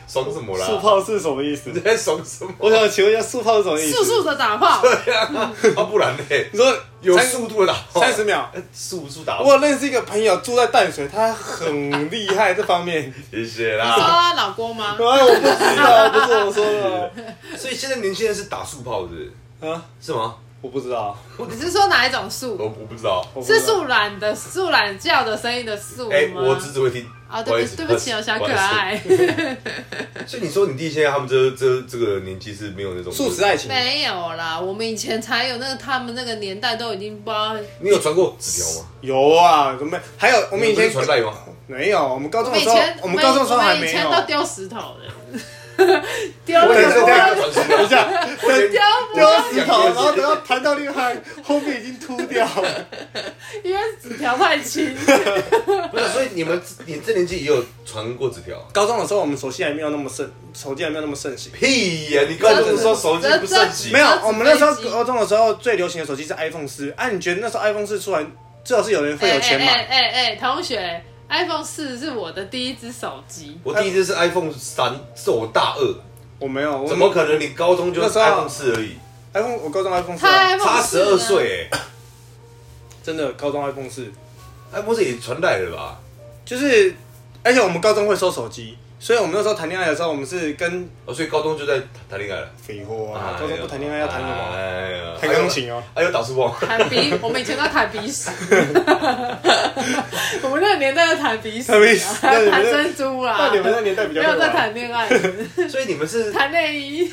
Speaker 1: 怂什么啦？
Speaker 3: 速，泡是什么意思
Speaker 1: 你？在怂什么？
Speaker 3: 我想请问一下速泡是什么意
Speaker 2: 速
Speaker 3: 思？
Speaker 2: 速的打炮，
Speaker 1: 啊，不然呢？
Speaker 3: 你说
Speaker 1: 有
Speaker 3: 三
Speaker 1: 速度的打炮，哎
Speaker 3: 三十秒。
Speaker 1: 速速打炮，
Speaker 3: 我认识一个朋友住在淡水，他很厉害这方面。 [LAUGHS]
Speaker 1: 谢谢
Speaker 2: 你说
Speaker 1: 啦。
Speaker 2: 他老公吗
Speaker 3: 哎，？我不知道，不是我说的
Speaker 1: 所以现在年轻人是打速炮，是不是？
Speaker 3: 啊，
Speaker 1: 是吗？
Speaker 3: 我不知道，
Speaker 2: 你是说哪一种
Speaker 1: 我
Speaker 2: 素？
Speaker 1: 我不知道。
Speaker 3: 我不知
Speaker 2: 是
Speaker 3: 道
Speaker 2: 素懒的素懒叫的声音的素吗？
Speaker 1: 哎、我只只会听。
Speaker 2: 啊，对不起，对不起哦，小可。爱，
Speaker 1: [LAUGHS]
Speaker 2: [LAUGHS]
Speaker 1: 所以你说你弟现在他们这这这个年纪是没有那种
Speaker 3: 素食爱，情。
Speaker 2: 没有啦，我们以前才有那个，他们那个年代都已经不知道，
Speaker 1: 你有传过纸条吗？
Speaker 3: 有啊，怎么没还有我
Speaker 1: 我
Speaker 3: 们以前
Speaker 1: 传赖吗？
Speaker 3: 没有，我们高
Speaker 2: 我
Speaker 3: 中的
Speaker 2: 们以
Speaker 3: 时候
Speaker 2: 前，
Speaker 3: 我们高中的时候还
Speaker 2: 我们以
Speaker 3: 没
Speaker 2: 前
Speaker 3: 有。
Speaker 2: 都丢石头的， [LAUGHS] 丢
Speaker 1: 我也是
Speaker 2: 了
Speaker 1: 这样
Speaker 2: 吗？
Speaker 1: 传输
Speaker 3: 等
Speaker 1: 的。
Speaker 3: 一
Speaker 2: [LAUGHS]
Speaker 3: 下，等
Speaker 2: 丢
Speaker 3: 丢到石头，然后等到弹到另外后面已经秃掉了。
Speaker 2: 因为纸条太轻，
Speaker 1: 不是，所以你们你这年纪也有传过纸条？
Speaker 3: 高中的时候，我们手机还没有那么盛，手机还没有那么盛行。
Speaker 1: 屁呀、你高中的时候手机不盛行，
Speaker 3: 没有，我们那时候
Speaker 2: 手机
Speaker 3: 高中的时候最流行的手机是 iPhone 四。哎，你觉得那时候 iPhone 四出来，最好是有人会有钱
Speaker 2: 哎
Speaker 3: 买。
Speaker 2: 哎哎哎，同学，iPhone 四是我的第一只手机，
Speaker 1: 我第一次是 iPhone 三，是我大二，
Speaker 3: 我没有，我
Speaker 1: 怎么可能？你高中就
Speaker 3: 那
Speaker 1: 是
Speaker 3: 时候啊
Speaker 1: iPhone 四而已，
Speaker 3: iPhone？我高中 iPhone 四、
Speaker 2: 他
Speaker 1: 差
Speaker 3: 啊，
Speaker 1: 十
Speaker 2: iPhone 四呢
Speaker 1: 二，岁哎
Speaker 3: 真的高中 iPhone 四，
Speaker 1: ，iPhone 四也传赖了吧？
Speaker 3: 就是，而且我们高中会收手机，所以我们那时候谈恋爱的时候，我们是跟
Speaker 1: 哦，所以高中就在谈恋爱了。
Speaker 3: 废货啊，高中不谈恋爱要谈什么？
Speaker 1: 哎呀
Speaker 3: 弹钢琴哦，
Speaker 1: 还有打书包。
Speaker 2: [LAUGHS] 弹鼻，我们以前都弹鼻
Speaker 3: [LAUGHS]
Speaker 2: 屎，我们那个年代都弹鼻屎啊，
Speaker 3: 弹鼻屎
Speaker 2: 还有弹珍珠啦
Speaker 3: 那，你们那年代比较
Speaker 2: 哎没有
Speaker 3: 会
Speaker 2: 在
Speaker 3: 玩。
Speaker 2: 谈恋爱，
Speaker 1: 所以你们是
Speaker 2: 谈内
Speaker 3: [LAUGHS]
Speaker 2: 衣，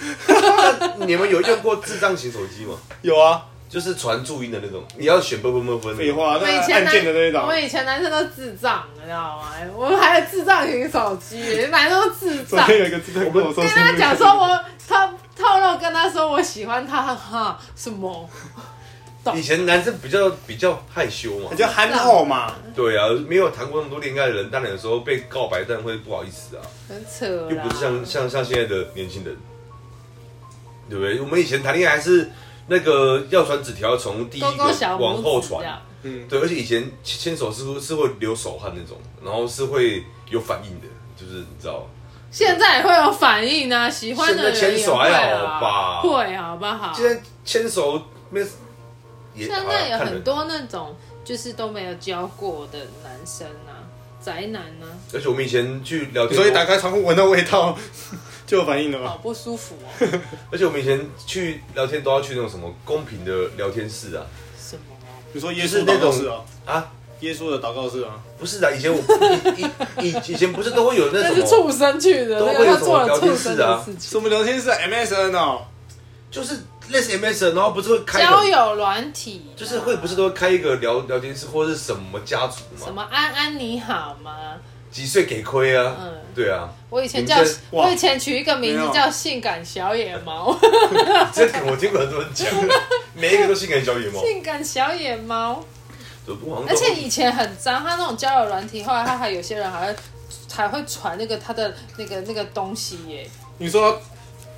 Speaker 1: 你们有用过智障型手机吗？
Speaker 3: 有啊，
Speaker 1: 就是传注音的那种，你要选啵啵啵啵。
Speaker 3: 废。话，
Speaker 2: 我们以
Speaker 3: 那
Speaker 2: 前
Speaker 3: 按
Speaker 2: 男
Speaker 3: 键的那一，
Speaker 2: 我
Speaker 3: 档，
Speaker 2: 们以前男生都智障，你知道吗？哎我们还有智障型手机，男生都智
Speaker 3: 昨
Speaker 2: 障。
Speaker 3: [LAUGHS] 天有一个字在跟我说
Speaker 2: 跟他讲说我他透露跟他说我喜欢他，哈什么？
Speaker 1: 以前男生比较比较害羞嘛
Speaker 3: 你，就憨厚嘛，
Speaker 1: 对啊，没有谈过那么多恋爱的人，当然有时候被告白，但会不好意思啊，
Speaker 2: 很扯
Speaker 1: 又
Speaker 2: 啦
Speaker 1: 不是像像像现在的年轻人，对不对？我们以前谈恋爱还是那个要传纸条，从第一
Speaker 2: 勾勾
Speaker 1: 个
Speaker 2: 小
Speaker 1: 往后
Speaker 2: 拇指这
Speaker 1: 传
Speaker 2: 样，，
Speaker 3: 嗯，
Speaker 1: 对，而且以前牵手是是会流手汗那种，然后是会有反应的，就是你知道，
Speaker 2: 现在也会有反应啊，喜欢的人
Speaker 1: 现在牵
Speaker 2: 也
Speaker 1: 手
Speaker 2: 会
Speaker 1: 还好
Speaker 2: 啊
Speaker 1: 吧
Speaker 2: 会好不好？
Speaker 1: 现在牵手没有也
Speaker 2: 啊现
Speaker 1: 好
Speaker 2: 在
Speaker 1: 啦
Speaker 2: 有
Speaker 1: 看人
Speaker 2: 很多那种就是都没有交过的男生啊，宅男啊，
Speaker 1: 而且我们以前去聊天，
Speaker 3: 所以打开窗户闻到味道 [LAUGHS] 就有反应了
Speaker 1: 啊
Speaker 2: 好
Speaker 3: 吧？
Speaker 2: 不舒服
Speaker 1: [LAUGHS]
Speaker 2: 哦。
Speaker 1: 而且我们以前去聊天都要去那种什么公平的聊天室啊
Speaker 2: 什么啊？
Speaker 3: 你说耶
Speaker 1: 就是
Speaker 3: 稣
Speaker 1: 那
Speaker 3: 祷
Speaker 1: 种
Speaker 3: 告室啊，
Speaker 1: 啊，
Speaker 3: 耶稣的祷告室啊，
Speaker 1: 不是的，以前
Speaker 2: [LAUGHS]
Speaker 1: 我以以以以前不是都会有那
Speaker 2: 那
Speaker 1: 什
Speaker 2: 是
Speaker 1: 么，
Speaker 2: 畜生去的，
Speaker 1: 都
Speaker 2: 那
Speaker 1: 会有
Speaker 2: 个他
Speaker 1: 什么
Speaker 2: 做了
Speaker 1: 聊
Speaker 2: 畜
Speaker 1: 天
Speaker 2: 生
Speaker 1: 室啊
Speaker 2: 的事情。
Speaker 3: 什么聊天室啊 MSN 哦，
Speaker 1: 就是类似 MSN，然后不是会开
Speaker 2: 交
Speaker 1: 个，
Speaker 2: 友软体啊
Speaker 1: 就是会不是都会开一个聊聊天室或者是什么家族
Speaker 2: 什
Speaker 1: 嘛，
Speaker 2: 么安安你好吗？
Speaker 1: 几岁给亏啊，
Speaker 2: 嗯
Speaker 1: 对啊，
Speaker 2: 我以前
Speaker 1: 你
Speaker 2: 叫
Speaker 1: 们这，
Speaker 3: 哇
Speaker 2: 我以前取一个名
Speaker 3: 没
Speaker 2: 字
Speaker 3: 有
Speaker 2: 叫“性感小野猫
Speaker 1: 哦这个我听过很多人讲的，每一个都性感小野”，猫，
Speaker 2: [LAUGHS] 性感小野猫。
Speaker 1: 我好像都
Speaker 2: 而且以前很脏，他那种交友软体，后来他还有些人还会还会传那个他的那个那个东西耶。
Speaker 3: 你说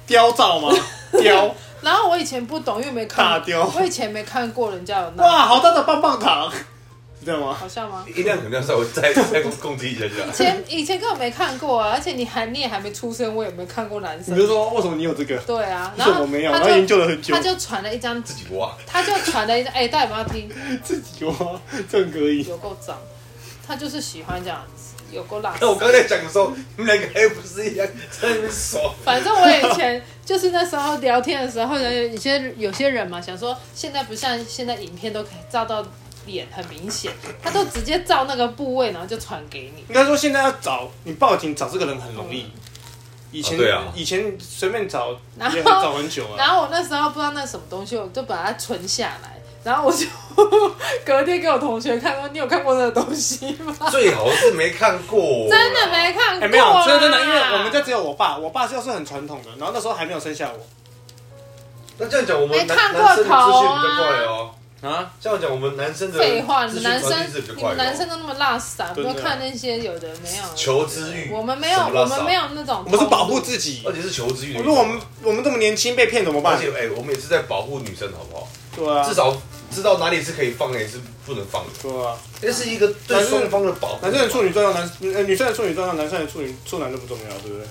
Speaker 3: 雕造吗？雕，
Speaker 2: 然后我以前不懂，因为没
Speaker 3: 大
Speaker 2: 看，
Speaker 3: 雕
Speaker 2: 我以前没看过人家有那，
Speaker 3: 哇，好大的棒棒糖，是这样吗？
Speaker 2: 好笑吗？
Speaker 1: 音量肯定要稍微再 [LAUGHS] 再共击一下
Speaker 2: [LAUGHS] 以
Speaker 1: 下，
Speaker 2: 前以前根本没看过啊，而且你还你也还没出生，我也没看过男
Speaker 3: 你
Speaker 2: 生
Speaker 3: 就。说为什么你有这个？ [LAUGHS]
Speaker 2: 对啊，
Speaker 3: 为
Speaker 2: 然
Speaker 3: 什么
Speaker 2: 后
Speaker 3: 我没有？
Speaker 2: 他
Speaker 3: 然后研
Speaker 2: 就
Speaker 3: 究了很久
Speaker 2: 他，就传了一张，
Speaker 1: 自己挖，
Speaker 2: 他就传了一张，哎、大家有没有听？
Speaker 3: 自己挖，这样可以。
Speaker 2: 有够脏，他就是喜欢这样子，有够辣。
Speaker 3: 哎
Speaker 1: 那我刚才讲的时候，你们两个还不是一样在那边爽？
Speaker 2: 反正我以前就是那时候聊天的时候，有有些有些人嘛，想说现在不像现在影片都可以照到脸很明显，他都直接照那个部位，然后就传给你。
Speaker 3: 应该说现在要找你报警找这个人很容易，以前、
Speaker 1: 啊对啊
Speaker 3: 以前随便找
Speaker 2: 然后
Speaker 3: 也很找很久啊。
Speaker 2: 然后我那时候不知道那什么东西，我就把它存下来，然后我就隔天给我同学看，说你有看过那个东西吗？
Speaker 1: 最好是没看过，
Speaker 2: 真的没看
Speaker 3: 哎、
Speaker 2: 过、
Speaker 3: 没有，真的真的，因为我们家只有我爸，我爸是要是很传统的，然后那时候还没有生下我
Speaker 1: 那这样讲，我们
Speaker 2: 没
Speaker 1: 男
Speaker 2: 看过
Speaker 1: 男生的资讯比
Speaker 2: 头啊
Speaker 1: 较快哦。
Speaker 3: 啊，
Speaker 1: 这样讲，我们男生的
Speaker 2: 废话，你
Speaker 1: 资
Speaker 2: 们
Speaker 1: 讯传
Speaker 2: 男
Speaker 1: 递是
Speaker 2: 生
Speaker 1: 比较快
Speaker 2: 你们
Speaker 1: 的哦
Speaker 2: 男生都那么辣散，不
Speaker 3: 对啊
Speaker 2: 要看那些有的没有的。
Speaker 1: 求知欲，
Speaker 2: 我们没有，
Speaker 1: 什么拉
Speaker 2: 我
Speaker 1: 撒
Speaker 2: 们没，有那种。
Speaker 3: 我们是保护，自己
Speaker 1: 哦而。且是求知欲的
Speaker 3: 我
Speaker 1: 一
Speaker 3: 说
Speaker 1: 种。
Speaker 3: 我们我们这么年轻被骗怎么
Speaker 1: 而
Speaker 3: 办？
Speaker 1: 且哎，我们也是在保护女生，好不好？
Speaker 3: 对啊，
Speaker 1: 至少知道哪里是可以放，哪里是不能放的。
Speaker 3: 对啊，
Speaker 1: 这是一个对双方的保护。
Speaker 3: 男生的处女重要，男呃女生的处女重要，男生的处女处男都不重要，对不对？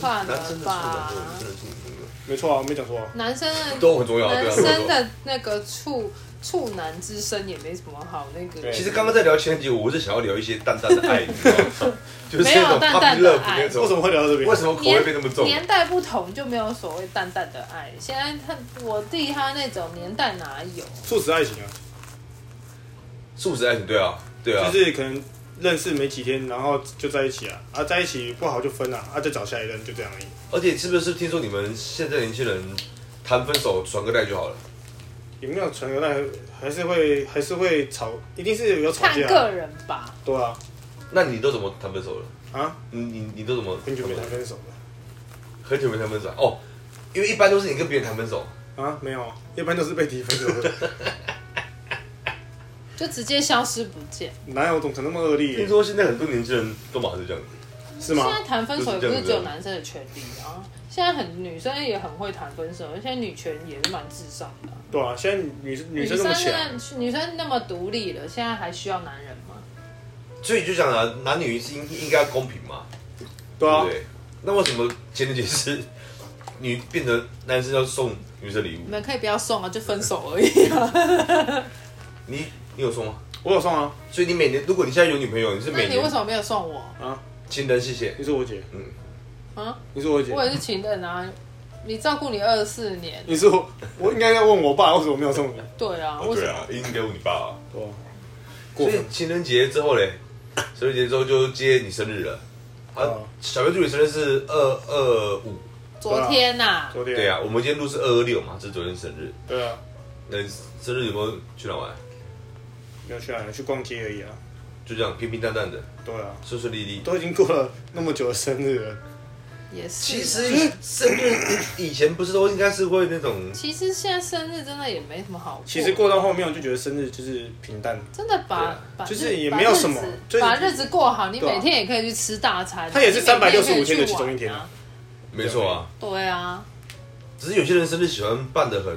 Speaker 2: 算了吧
Speaker 1: 男生的处男对女生的处女重要
Speaker 3: 没错啊，我没讲错啊。
Speaker 2: 男生的
Speaker 1: 都很重要，对
Speaker 2: 男
Speaker 1: 啊。
Speaker 2: 生
Speaker 1: 都很重
Speaker 2: 的那个处处男之身也没什么好那个
Speaker 1: 要
Speaker 3: 对。
Speaker 1: 其实刚刚在聊前几集，我是想要聊一些淡淡的爱，你知道吗
Speaker 2: [LAUGHS]
Speaker 1: 就是
Speaker 2: 没有
Speaker 1: 那种
Speaker 2: 淡淡
Speaker 1: puppy
Speaker 2: 的
Speaker 1: love 那
Speaker 2: 爱
Speaker 3: 啊为什
Speaker 1: 种。
Speaker 3: 么会聊到这边？
Speaker 1: 为什么口味变那么重？
Speaker 2: 年代不同就没有所谓淡淡的爱。现在他我弟他那种年代哪有？
Speaker 1: 哦
Speaker 3: 素食爱情啊？
Speaker 1: 素食爱情，对啊，对啊
Speaker 3: 就。是可能认识没几天，然后就在一起啊，啊在一起不好就分了、啊，啊再找下一任，就这样而已。
Speaker 1: 而且是不是听说你们现在年轻人谈分手传个带就好了？
Speaker 3: 有没有传流但还是会还是会吵，一定是有吵
Speaker 2: 看
Speaker 3: 架、啊
Speaker 2: 个人吧。
Speaker 3: 对啊，
Speaker 1: 那你都怎么谈分手了？
Speaker 3: 啊，
Speaker 1: 你你你都怎么？
Speaker 3: 很久没谈分手了
Speaker 1: 很久没谈分手哦，因为一般都是你跟别人谈分手，
Speaker 3: 啊，没有啊，一般都是被提分手的，
Speaker 2: 就直接消失不见。
Speaker 3: [LAUGHS] 哪有总成那么恶
Speaker 1: 听
Speaker 3: 劣？
Speaker 1: 说现在很多年轻人都嘛是这样子。
Speaker 3: 是吗
Speaker 2: 现？在谈分手也不
Speaker 1: 就是是
Speaker 2: 只
Speaker 1: 这样
Speaker 2: 有
Speaker 1: 子啊
Speaker 2: 男生的权利啊，现在很女生也很会谈分手，而且女权也是蛮至上的啊、
Speaker 3: 对啊，现在女生女生那么
Speaker 2: 生
Speaker 3: 强，
Speaker 2: 那女生那么独立了，现在还需要男人吗？
Speaker 1: 所以就讲啊，男女是应应该要公平嘛，
Speaker 3: 对啊
Speaker 1: 不，对？那为什么前提是女变成男生要送女生礼物
Speaker 2: 你？们可以不要送啊，就分手而
Speaker 1: [LAUGHS]
Speaker 2: 已啊。
Speaker 1: 你你有送吗？
Speaker 3: 我有送啊
Speaker 1: 所以你每年，如果你现在有女朋友，你是
Speaker 2: 那
Speaker 1: 每
Speaker 2: 你为什
Speaker 1: 年
Speaker 2: 么没有送我
Speaker 3: 啊，
Speaker 1: 情人谢谢，
Speaker 3: 你是我姐，
Speaker 1: 嗯，
Speaker 2: 啊？
Speaker 3: 你是我姐，
Speaker 2: 我也是情人啊，你照顾你二十四年，
Speaker 3: 你是我，我应该要问我爸为什么没有送你，
Speaker 2: 对啊，
Speaker 3: 哦
Speaker 2: 为什
Speaker 1: 对
Speaker 2: 么？
Speaker 1: 啊，应该问你爸、啊。
Speaker 3: 对啊，过
Speaker 1: 所以
Speaker 3: 分，
Speaker 1: 情人节之后嘞，情人节之后就接你生日了。啊
Speaker 3: 哦，
Speaker 1: 小月助理生日是二二五，
Speaker 2: 昨天呐、
Speaker 3: 啊昨天
Speaker 1: 对，啊，我们今天录是二二六嘛，这是昨天生日。
Speaker 3: 对啊，
Speaker 1: 那你生日有没有去哪玩？
Speaker 3: 没有去哪里，去逛街而已啊，
Speaker 1: 就这样平平淡淡的，
Speaker 3: 对啊，
Speaker 1: 顺顺利利。
Speaker 3: 都已经过了那么久的生日了，
Speaker 2: 也是啊。
Speaker 1: 其实生日 [COUGHS] 以前不是都应该是会那种，
Speaker 2: 其实现在生日真的也没什么好过。
Speaker 3: 其实过到后面我就觉得生日就是平淡，
Speaker 2: 真的把、
Speaker 1: 对啊
Speaker 2: 把
Speaker 3: 就是
Speaker 2: 日
Speaker 3: 也
Speaker 2: 把
Speaker 3: 没有
Speaker 2: 日
Speaker 3: 什么
Speaker 2: 子
Speaker 3: 就是
Speaker 2: 把日子过好，你
Speaker 3: 对啊
Speaker 2: 每天也可以去吃大餐。啊
Speaker 3: 它也是
Speaker 2: 你每也可以
Speaker 3: 365天的
Speaker 2: 去
Speaker 3: 其中
Speaker 2: 玩
Speaker 3: 一天啊
Speaker 2: 啊。
Speaker 1: 没错啊。
Speaker 2: 对啊，
Speaker 1: 只是有些人生日喜欢办的很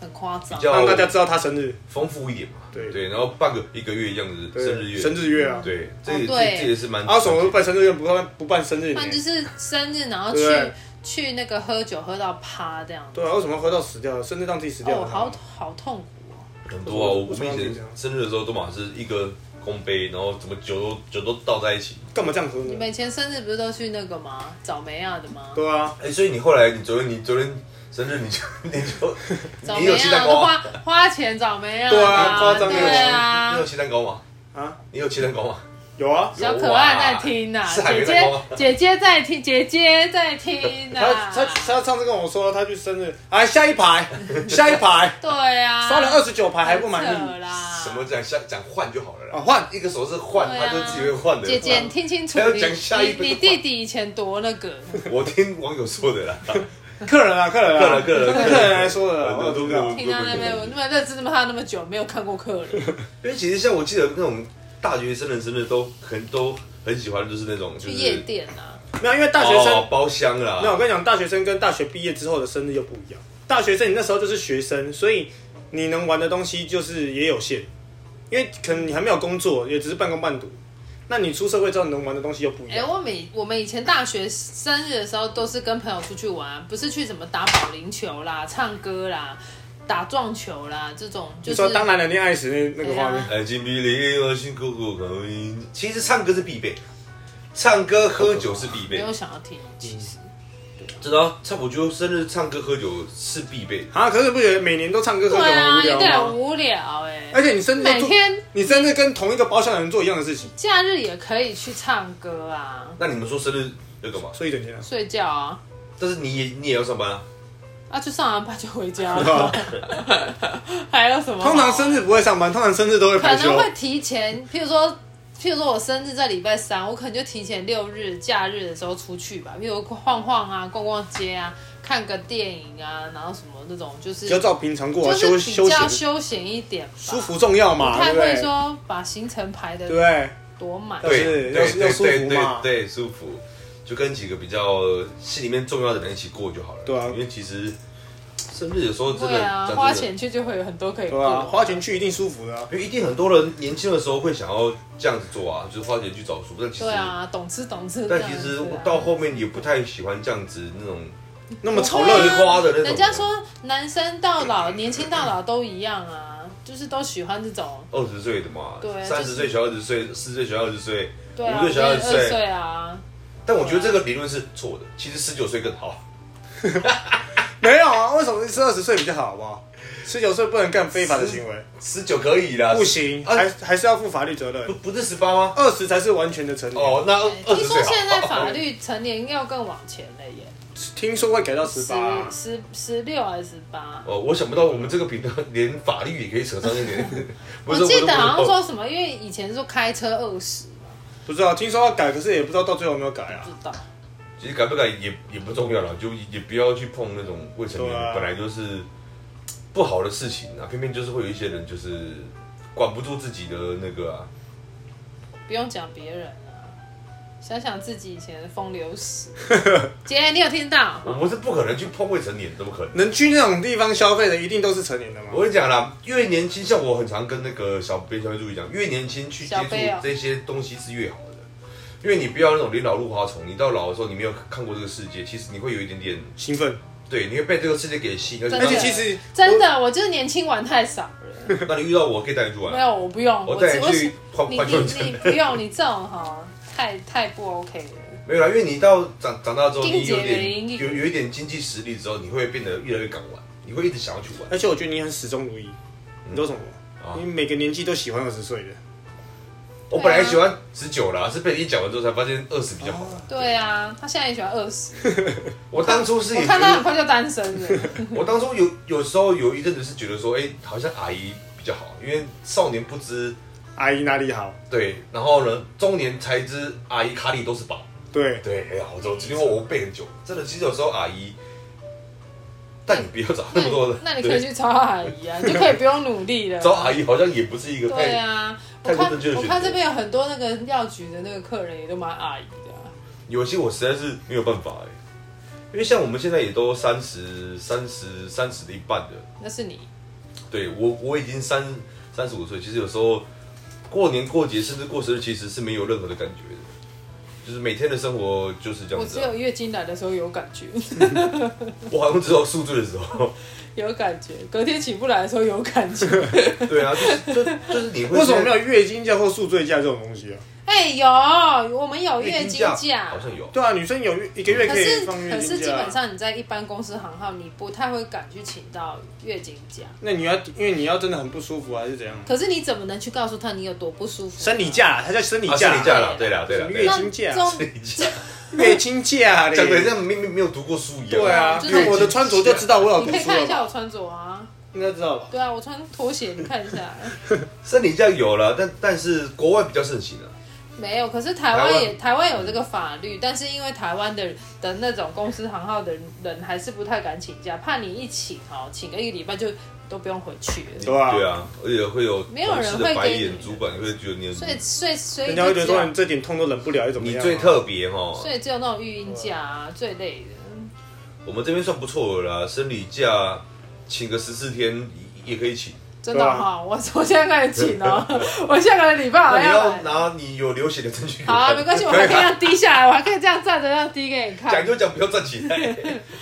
Speaker 2: 很夸张
Speaker 1: 比。较
Speaker 3: 让大家知道他生日，
Speaker 1: 丰富一点嘛，
Speaker 3: 对
Speaker 1: 对，然后办个一个月这样子
Speaker 3: 对
Speaker 1: 生日月，
Speaker 3: 生日月啊，
Speaker 1: 对，这也
Speaker 2: 哦对
Speaker 1: 这这也是蛮。
Speaker 3: 阿什么时候办生日月不办不办生日
Speaker 2: 不然
Speaker 3: 年
Speaker 2: 就？是生日，然后去
Speaker 3: 对
Speaker 2: 去那个喝酒喝到趴这样。
Speaker 3: 对啊，为什么喝到死掉了？甚至让自己死掉
Speaker 2: 哦，
Speaker 3: 了？
Speaker 2: 好好痛苦哦。
Speaker 1: 很多啊，我
Speaker 3: 为什么
Speaker 1: 们以
Speaker 3: 要
Speaker 1: 前
Speaker 3: 这样
Speaker 1: 生日的时候都嘛是一个公杯，然后怎么酒都酒都倒在一起。
Speaker 3: 干嘛这样喝
Speaker 2: 你
Speaker 3: 呢？
Speaker 2: 们以前生日不是都去那个吗？找梅亚的吗？
Speaker 3: 对啊，
Speaker 1: 哎，所以你后来你昨天你昨天生日你就 [LAUGHS] 你就
Speaker 2: 找
Speaker 1: 你
Speaker 2: 梅
Speaker 1: 有吃
Speaker 2: 亚
Speaker 1: 蛋
Speaker 2: 的
Speaker 1: 糕
Speaker 2: 花
Speaker 1: 吗？
Speaker 2: 花钱找梅亚的，
Speaker 3: 对啊夸张耶
Speaker 2: 对啊
Speaker 1: 你有，切蛋糕吗？
Speaker 3: 啊，
Speaker 1: 你有切蛋糕吗？
Speaker 3: 有啊，
Speaker 2: 小可爱在听呐、
Speaker 1: 是海
Speaker 2: 姐
Speaker 1: 绵蛋糕吗
Speaker 2: 姐姐姐在听，姐姐在听啊呐、
Speaker 3: 他他他上次跟我说他去生日，哎，下
Speaker 2: [LAUGHS]
Speaker 3: 一排，下一排，
Speaker 2: 对啊，
Speaker 3: 刷了二十九排还不满
Speaker 2: 扯
Speaker 3: 意
Speaker 2: 啦，
Speaker 1: 什么讲像讲换就好了
Speaker 3: 啊，
Speaker 1: 啦，
Speaker 3: 换
Speaker 1: 一个手势换，
Speaker 2: 啊哦对
Speaker 1: 他
Speaker 2: 啊
Speaker 1: 就自己会换的。
Speaker 2: 姐姐，你听清楚
Speaker 1: 还要，
Speaker 2: 你
Speaker 1: 讲下一
Speaker 2: 你
Speaker 1: 步
Speaker 2: 你弟弟以前多那个，
Speaker 1: 我听网友说的啦，
Speaker 3: 客人啊，客人
Speaker 1: 客人
Speaker 3: 啊，
Speaker 1: 客人
Speaker 3: 客人来说的啊，
Speaker 1: 很
Speaker 3: 我
Speaker 1: 多
Speaker 3: 知
Speaker 1: 都
Speaker 3: 道
Speaker 1: 不
Speaker 2: 听他那边我那么认识他那么久，没有看过客人，
Speaker 1: 因为其实像我记得那种大学生的生日都很都很喜欢，就是那种就
Speaker 2: 去
Speaker 1: 是
Speaker 2: 夜店啊，
Speaker 3: 没有，因为大学
Speaker 1: 哦
Speaker 3: 生，
Speaker 1: 包厢啦，
Speaker 3: 没有，我跟你讲，大学生跟大学毕业之后的生日又不一样。大学生你那时候就是学生，所以你能玩的东西就是也有限，因为可能你还没有工作，也只是半工半读。那你出社会之后，你能玩的东西又不一
Speaker 2: 哎、
Speaker 3: 样。
Speaker 2: 我们以我们以前大学生日的时候都是跟朋友出去玩，不是去什么打保龄球啦、唱歌啦、打撞球啦这种，
Speaker 3: 你
Speaker 2: 就是
Speaker 3: 说当男人恋爱时那那个画
Speaker 2: 对
Speaker 3: 面
Speaker 2: 啊，
Speaker 1: 爱情比零我辛苦苦口音。其实唱歌是必备，唱歌喝酒是必
Speaker 2: 没
Speaker 1: 备
Speaker 2: 有，想要听，其实
Speaker 1: 知道？差不多生日唱歌喝酒是必备的。
Speaker 3: 啊，可是不觉得每年都唱歌喝
Speaker 2: 对
Speaker 3: 酒很
Speaker 2: 啊，
Speaker 3: 无
Speaker 2: 有
Speaker 3: 聊
Speaker 2: 点
Speaker 3: 吗？
Speaker 2: 无聊哎、
Speaker 3: 而且你生日
Speaker 2: 每
Speaker 3: 做，
Speaker 2: 天
Speaker 3: 你生日跟同一个包厢的人做一样的事情，
Speaker 2: 假日也可以去唱歌啊。
Speaker 1: 那你们说生日要干嘛？
Speaker 3: 睡一整天啊。
Speaker 2: 睡觉啊，
Speaker 1: 但是你也你也要上班啊，
Speaker 2: 啊就上完班就回家
Speaker 3: [LAUGHS]
Speaker 2: 了，还有什么好？
Speaker 3: 啊通常生日不会上班，通常生日都会
Speaker 2: 可
Speaker 3: 排休
Speaker 2: 能。会提前，譬如说，譬如说我生日在礼拜三，我可能就提前六日假日的时候出去吧，譬如晃晃啊、逛逛街啊、看个电影啊，然后什么那种就是
Speaker 3: 比较照平常过啊，
Speaker 2: 就
Speaker 3: 休
Speaker 2: 是
Speaker 3: 休
Speaker 2: 比较
Speaker 3: 闲
Speaker 2: 休闲一点吧，
Speaker 3: 舒服重要
Speaker 2: 不
Speaker 3: 嘛，对
Speaker 2: 太
Speaker 3: 不
Speaker 2: 会
Speaker 3: 对？
Speaker 2: 说把行程排
Speaker 3: 对不啊
Speaker 2: 的
Speaker 3: 对？
Speaker 2: 多满。
Speaker 3: 要是
Speaker 1: 对
Speaker 3: 要
Speaker 1: 对
Speaker 3: 是要
Speaker 1: 对
Speaker 3: 舒服
Speaker 1: 对
Speaker 3: 嘛
Speaker 1: 对对，舒服，就跟几个比较心里面重要的人一起过就好了。
Speaker 3: 对啊
Speaker 1: 因为其实生日有时候真
Speaker 2: 会
Speaker 1: 的
Speaker 2: 啊，
Speaker 1: 讲
Speaker 2: 花
Speaker 1: 真的
Speaker 2: 钱去就会有很多可以
Speaker 3: 对啊，
Speaker 2: 过。
Speaker 3: 花钱去一定舒服的啊。
Speaker 1: 因为一定很多人年轻的时候会想要这样子做啊，就是花钱去找书，但其实、
Speaker 2: 对啊，懂吃懂吃这
Speaker 1: 但
Speaker 2: 样
Speaker 1: 其
Speaker 2: 子啊。
Speaker 1: 实到后面也不太喜欢这样子那种
Speaker 3: 那
Speaker 2: 不
Speaker 3: 么吵
Speaker 2: 会啊
Speaker 3: 热
Speaker 1: 一花的那种。
Speaker 2: 人家说啊男生到老、年轻到老都一样啊，就是都喜欢这种。
Speaker 1: 二十岁的嘛
Speaker 2: 对，
Speaker 1: 三
Speaker 2: 就
Speaker 1: 十
Speaker 2: 是
Speaker 1: 岁小二十岁，四十岁小二十岁，
Speaker 2: 对啊，
Speaker 1: 五岁小
Speaker 2: 二
Speaker 1: 二十岁
Speaker 2: 岁啊，
Speaker 1: 但我觉得这个理论是错的。其实十九岁更好， [LAUGHS]
Speaker 3: 没有啊？为什么是二十岁比较好？好不好？十九岁不能干非法的行为，
Speaker 1: 十九可以啦，
Speaker 3: 不行，
Speaker 1: 啊
Speaker 3: 还还是要负法律责
Speaker 1: 不
Speaker 3: 任。
Speaker 1: 不是十八吗？
Speaker 3: 二十才是完全的成年。
Speaker 1: 哦，那
Speaker 2: 听
Speaker 1: 二十
Speaker 2: 说
Speaker 1: 岁好。
Speaker 2: 现在法律成年要更往前了耶，
Speaker 3: 听说会改到十八啊
Speaker 2: 十。十十六还是十八？
Speaker 1: 哦，我想不到我们这个频道连法律也可以扯上一
Speaker 2: [LAUGHS]
Speaker 1: 点。不
Speaker 2: 我
Speaker 1: 是
Speaker 2: 记得好像
Speaker 1: 我
Speaker 2: 说什么，因为以前说开车二十，
Speaker 3: 不知道，听说要改，可是也不知道到最后有没有改
Speaker 2: 不
Speaker 3: 啊
Speaker 2: 知。道。
Speaker 1: 其实改不改也也不重要了，就也不要去碰那种未成年
Speaker 3: 对
Speaker 1: 人，
Speaker 3: 啊
Speaker 1: 本来就是不好的事情啊。偏偏就是会有一些人就是管不住自己的那个啊。
Speaker 2: 不用讲别人啊，想想自己以前的风流
Speaker 1: [LAUGHS]
Speaker 2: 史。姐，你有听到？
Speaker 3: 啊
Speaker 1: 我们是不可能去碰未成年，怎么可能？
Speaker 3: 能去那种地方消费的，一定都是成年的嘛。
Speaker 1: 我跟你讲啦，越年轻，像我很常跟那个小编小编助理讲，越年轻去接
Speaker 2: 小
Speaker 1: 触
Speaker 2: 贝哦
Speaker 1: 这些东西是越好的，因为你不要那种临老入花丛，你到老的时候你没有看过这个世界，其实你会有一点点，
Speaker 3: 兴奋，
Speaker 1: 对，你会被这个世界给吸引。
Speaker 2: 真
Speaker 1: 而
Speaker 2: 的
Speaker 3: 而
Speaker 1: 且
Speaker 3: 且其实
Speaker 2: 真的，我就是年轻玩太少了。
Speaker 1: 那你遇到我可以带你去
Speaker 2: [LAUGHS] 没
Speaker 1: 玩，
Speaker 2: 有，我不用，
Speaker 1: 我带
Speaker 2: 只
Speaker 1: 你
Speaker 2: 我
Speaker 1: 去换
Speaker 2: 你
Speaker 1: 换装
Speaker 2: 你
Speaker 1: 成
Speaker 2: 你不用，你这种哈，太太不 OK 了。
Speaker 1: 没有啦，因为你到长长大之后，
Speaker 2: 经
Speaker 1: 你
Speaker 2: 济
Speaker 1: 有
Speaker 2: 原
Speaker 1: 点
Speaker 2: 因
Speaker 1: 有有一点经济实力之后，你会变得越来越敢玩，你会一直想要去玩。
Speaker 2: 啊
Speaker 3: 而且我觉得你很始终如一，你知道什么
Speaker 1: 啊
Speaker 3: 吗？你每个年纪都喜欢二十岁的，
Speaker 1: 我本来喜欢十九啦，是被你讲完之后才发现二十比较好玩。
Speaker 2: 对啊，他现在也喜欢二十，
Speaker 1: 我当初是
Speaker 2: 我
Speaker 1: 也觉
Speaker 2: 看他很
Speaker 1: 得，
Speaker 2: 快就单身了。
Speaker 1: [LAUGHS] 我当初有有时候有一阵子是觉得说，哎，好像阿姨比较好，因为少年不知
Speaker 3: 阿姨哪里好？
Speaker 1: 对，然后呢，中年才知阿姨卡里都是宝。
Speaker 3: 对，
Speaker 1: 对，哎呀，我这因为我背很久，真的，其实有时候阿姨，但你不要找那么多的，
Speaker 2: 那你
Speaker 1: 对
Speaker 2: 可以去找阿姨啊，你就可以不用努力了。
Speaker 1: 找阿。姨好像也不是一个太
Speaker 2: 对啊，我
Speaker 1: 太多
Speaker 2: 看
Speaker 1: 正确的
Speaker 2: 我
Speaker 1: 选
Speaker 2: 看
Speaker 1: 择
Speaker 2: 这边有很多那个药局的那个客人也都蛮阿姨的啊、
Speaker 1: 有些我实在是没有办法哎、因为像我们现在也都三十三十三十的一半的，
Speaker 2: 那是你，
Speaker 1: 对我我已经三三十五岁，其实有时候过年过节甚至过生日，其实是没有任何的感觉的，就是每天的生活就是这
Speaker 2: 我
Speaker 1: 样
Speaker 2: 只
Speaker 1: 子、啊
Speaker 2: 有。月经来的时候有感觉， [LAUGHS]
Speaker 1: 我好像只有宿醉的时候， [LAUGHS]
Speaker 2: 有感觉，隔天起不来的时候有感觉。
Speaker 1: 对啊，就是就就是你会
Speaker 3: 为什么没
Speaker 1: 有
Speaker 3: 有月经假或宿醉假这种东西啊？
Speaker 2: 哎、有，我们有月经假
Speaker 1: 哎好。像有，
Speaker 3: 对啊，女生有月一个月
Speaker 2: 可
Speaker 3: 可以
Speaker 2: 是
Speaker 3: 放
Speaker 2: 可
Speaker 3: 月
Speaker 2: 是
Speaker 3: 经
Speaker 2: 基
Speaker 3: 假
Speaker 2: 本，上你在一般公司行号，你不太会敢去请到月经假。
Speaker 3: 那你要因为你要真的很不舒服还是怎样？
Speaker 2: 可是你怎么能去告诉他你有多不舒服？
Speaker 3: 生理。假，它叫生理
Speaker 1: 啊，生
Speaker 3: 假，
Speaker 1: 理假了，对了，对
Speaker 3: 什
Speaker 1: 了，
Speaker 3: 么
Speaker 1: 对
Speaker 3: 月
Speaker 1: 啦
Speaker 2: 那
Speaker 3: 经假
Speaker 2: 中
Speaker 1: 生理
Speaker 3: [LAUGHS]
Speaker 1: 假，
Speaker 3: 月经假
Speaker 1: 讲的
Speaker 3: 嘞。
Speaker 1: 像没没没有读过书一样。
Speaker 3: 对啊，
Speaker 2: 就是
Speaker 3: 看我的穿着就知道我有
Speaker 2: 你
Speaker 3: 读
Speaker 2: 可以
Speaker 3: 书
Speaker 2: 看
Speaker 3: 哦了
Speaker 2: 一下
Speaker 3: 吧，
Speaker 2: 我穿着啊，
Speaker 3: 应该知道吧？
Speaker 2: 对啊，我穿拖鞋，你看一下。 [LAUGHS]
Speaker 1: 生理假有了，但但是国外比较盛行啊。
Speaker 2: 没有，可是台湾也台湾有这个法律，但是因为台湾的的那种公司行号的人还是不太敢请假，怕你一请哦，请个一个礼拜就都不用回去了，
Speaker 3: 对啊，
Speaker 1: 对啊，而且会有
Speaker 2: 没有
Speaker 1: 同
Speaker 2: 人
Speaker 1: 事
Speaker 2: 会
Speaker 1: 的白
Speaker 2: 给
Speaker 1: 眼
Speaker 2: 你，
Speaker 1: 主管也会觉得你
Speaker 2: 所以所以所以
Speaker 3: 人家会
Speaker 2: 就
Speaker 3: 觉得
Speaker 2: 只有
Speaker 3: 说你这点痛都忍不了，又怎么
Speaker 1: 你
Speaker 3: 样啊？
Speaker 1: 最特别哦。
Speaker 2: 所以只有那种育婴假、啊、最累的。
Speaker 1: 我们这边算不错的啦，生理假请个十四天也可以请。
Speaker 2: 真的哈、我从现在开始请哦， [LAUGHS] 我下个礼拜好
Speaker 1: 啊那你
Speaker 2: 像要
Speaker 1: 要
Speaker 2: 来。
Speaker 1: 拿你有流血的证据给
Speaker 2: 好、
Speaker 1: 我看。
Speaker 2: 啊，没关系，我还可以让滴下来，我还可以这样站着让滴给你看。
Speaker 1: 讲就讲，不要站起来。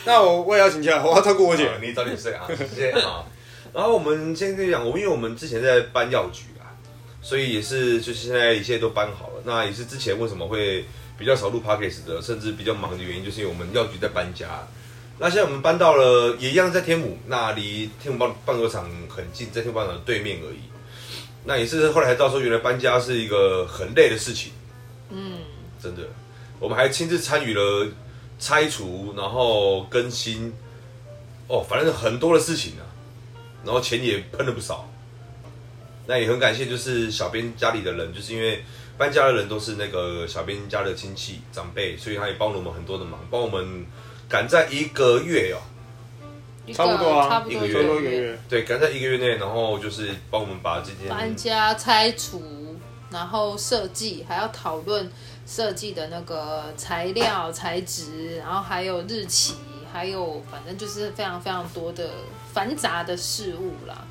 Speaker 3: 那我我也要请假，我要照顾我姐。
Speaker 1: 啊你早点睡啊， [LAUGHS] 谢谢啊。然后我们先跟你讲，我因为我们之前在搬药局啊，所以也是就是现在一切都搬好了。那也是之前为什么会比较少录 podcast 的，甚至比较忙的原因，就是因为我们药局在搬家。那现在我们搬到了，也一样在天母，那离天母棒棒球场很近，在天母棒球场对面而已。那也是后来才知道说，原来搬家是一个很累的事情。嗯，真的。我们还亲自参与了拆除，然后更新，哦，反正很多的事情啊，然后钱也喷了不少。那也很感谢，就是小编家里的人，就是因为搬家的人都是那个小编家的亲戚长辈，所以他也帮了我们很多的忙，帮我们赶在一个月哦，
Speaker 2: 一个
Speaker 3: 差不多啊
Speaker 2: 差不多
Speaker 1: 一个
Speaker 2: 一
Speaker 3: 最多
Speaker 2: 个
Speaker 3: 一个
Speaker 2: 月，
Speaker 3: 月，
Speaker 1: 对，赶在一个月内，然后就是帮我们把这件
Speaker 2: 搬家、啊拆除，然后设计，还要讨论设计的那个材料、材质，然后还有日期，还有反正就是非常非常多的繁杂的事物啦。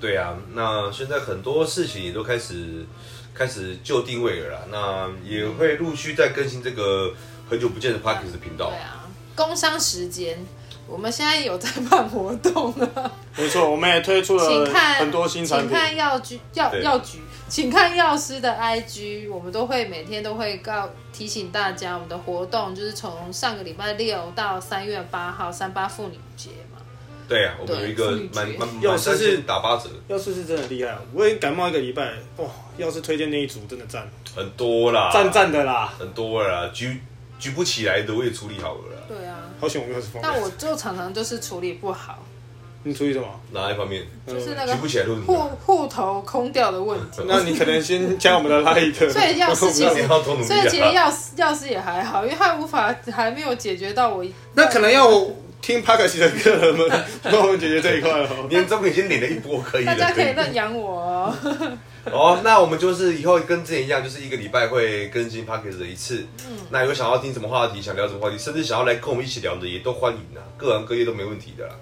Speaker 1: 对啊，那现在很多事情也都开始开始就定位了啦，那也会陆续在更新这个很久不见的 Parkes 频道
Speaker 2: 对。啊，工商时间，我们现在有在办活动啊，
Speaker 3: 没错，我们也推
Speaker 1: 呃
Speaker 3: 出
Speaker 2: 请
Speaker 3: 了
Speaker 2: 看
Speaker 3: 很多新产
Speaker 2: 请
Speaker 3: 品。
Speaker 2: 看药局药
Speaker 1: 对
Speaker 2: 药局，请看药师的 IG，我们都会每天都会告提醒大家，我们的活动就是从上个礼拜六到三月八号三八妇女节嘛。
Speaker 1: 对啊，我们有一个
Speaker 2: 对
Speaker 1: 蛮
Speaker 2: 妇女节
Speaker 1: 蛮
Speaker 3: 要
Speaker 1: 蛮
Speaker 3: 是
Speaker 1: 三
Speaker 3: 是
Speaker 1: 打八折，
Speaker 3: 药师是真的厉害，啊我也感冒一个礼拜，哇！药师推荐那一组真的赞，
Speaker 1: 很多啦，
Speaker 3: 赞赞的啦，
Speaker 1: 很多啦，举举不起来的我也处理好了啦。
Speaker 2: 对啊，
Speaker 3: 好险我没有什么。
Speaker 2: 但我就常常就是处理不好，
Speaker 3: 你注意什么？
Speaker 1: 哪一方面？
Speaker 2: 就是那
Speaker 1: 举
Speaker 2: 个
Speaker 1: 呃不起来的问题
Speaker 2: 户
Speaker 1: 啊。
Speaker 2: 户头空掉的问
Speaker 1: [LAUGHS]
Speaker 2: 题。
Speaker 3: 那你可能先加我们的 light，
Speaker 2: 所以药师其
Speaker 1: 你
Speaker 2: 实
Speaker 1: 要多努力啊
Speaker 2: 所以其实药师药师也还好，因为他无法还没有解决
Speaker 1: [LAUGHS]
Speaker 2: 到我一。
Speaker 3: 那可能要听 p a r k a s 的客人们帮我们解决这一块哦。
Speaker 1: 年终已经领了一波，可以
Speaker 2: 大
Speaker 1: 了。
Speaker 2: 家可
Speaker 1: 可
Speaker 2: 以
Speaker 1: 以了
Speaker 2: 认养我哦。
Speaker 1: [LAUGHS] 哦，那我们就是以后跟之前一样，就是一个礼拜会更新 p a c k a g e 一次。那有想要听什么话题，想聊什么话题，甚至想要来跟我们一起聊的，也都欢迎啊，各行各业都没问题的啦。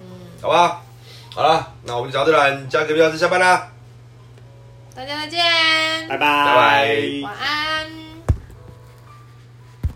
Speaker 1: 好吧，好啦，那我们就聊到这啦，家隔壁老师下班啦。
Speaker 2: 大家再见，
Speaker 3: 拜拜
Speaker 1: 拜
Speaker 2: 晚安。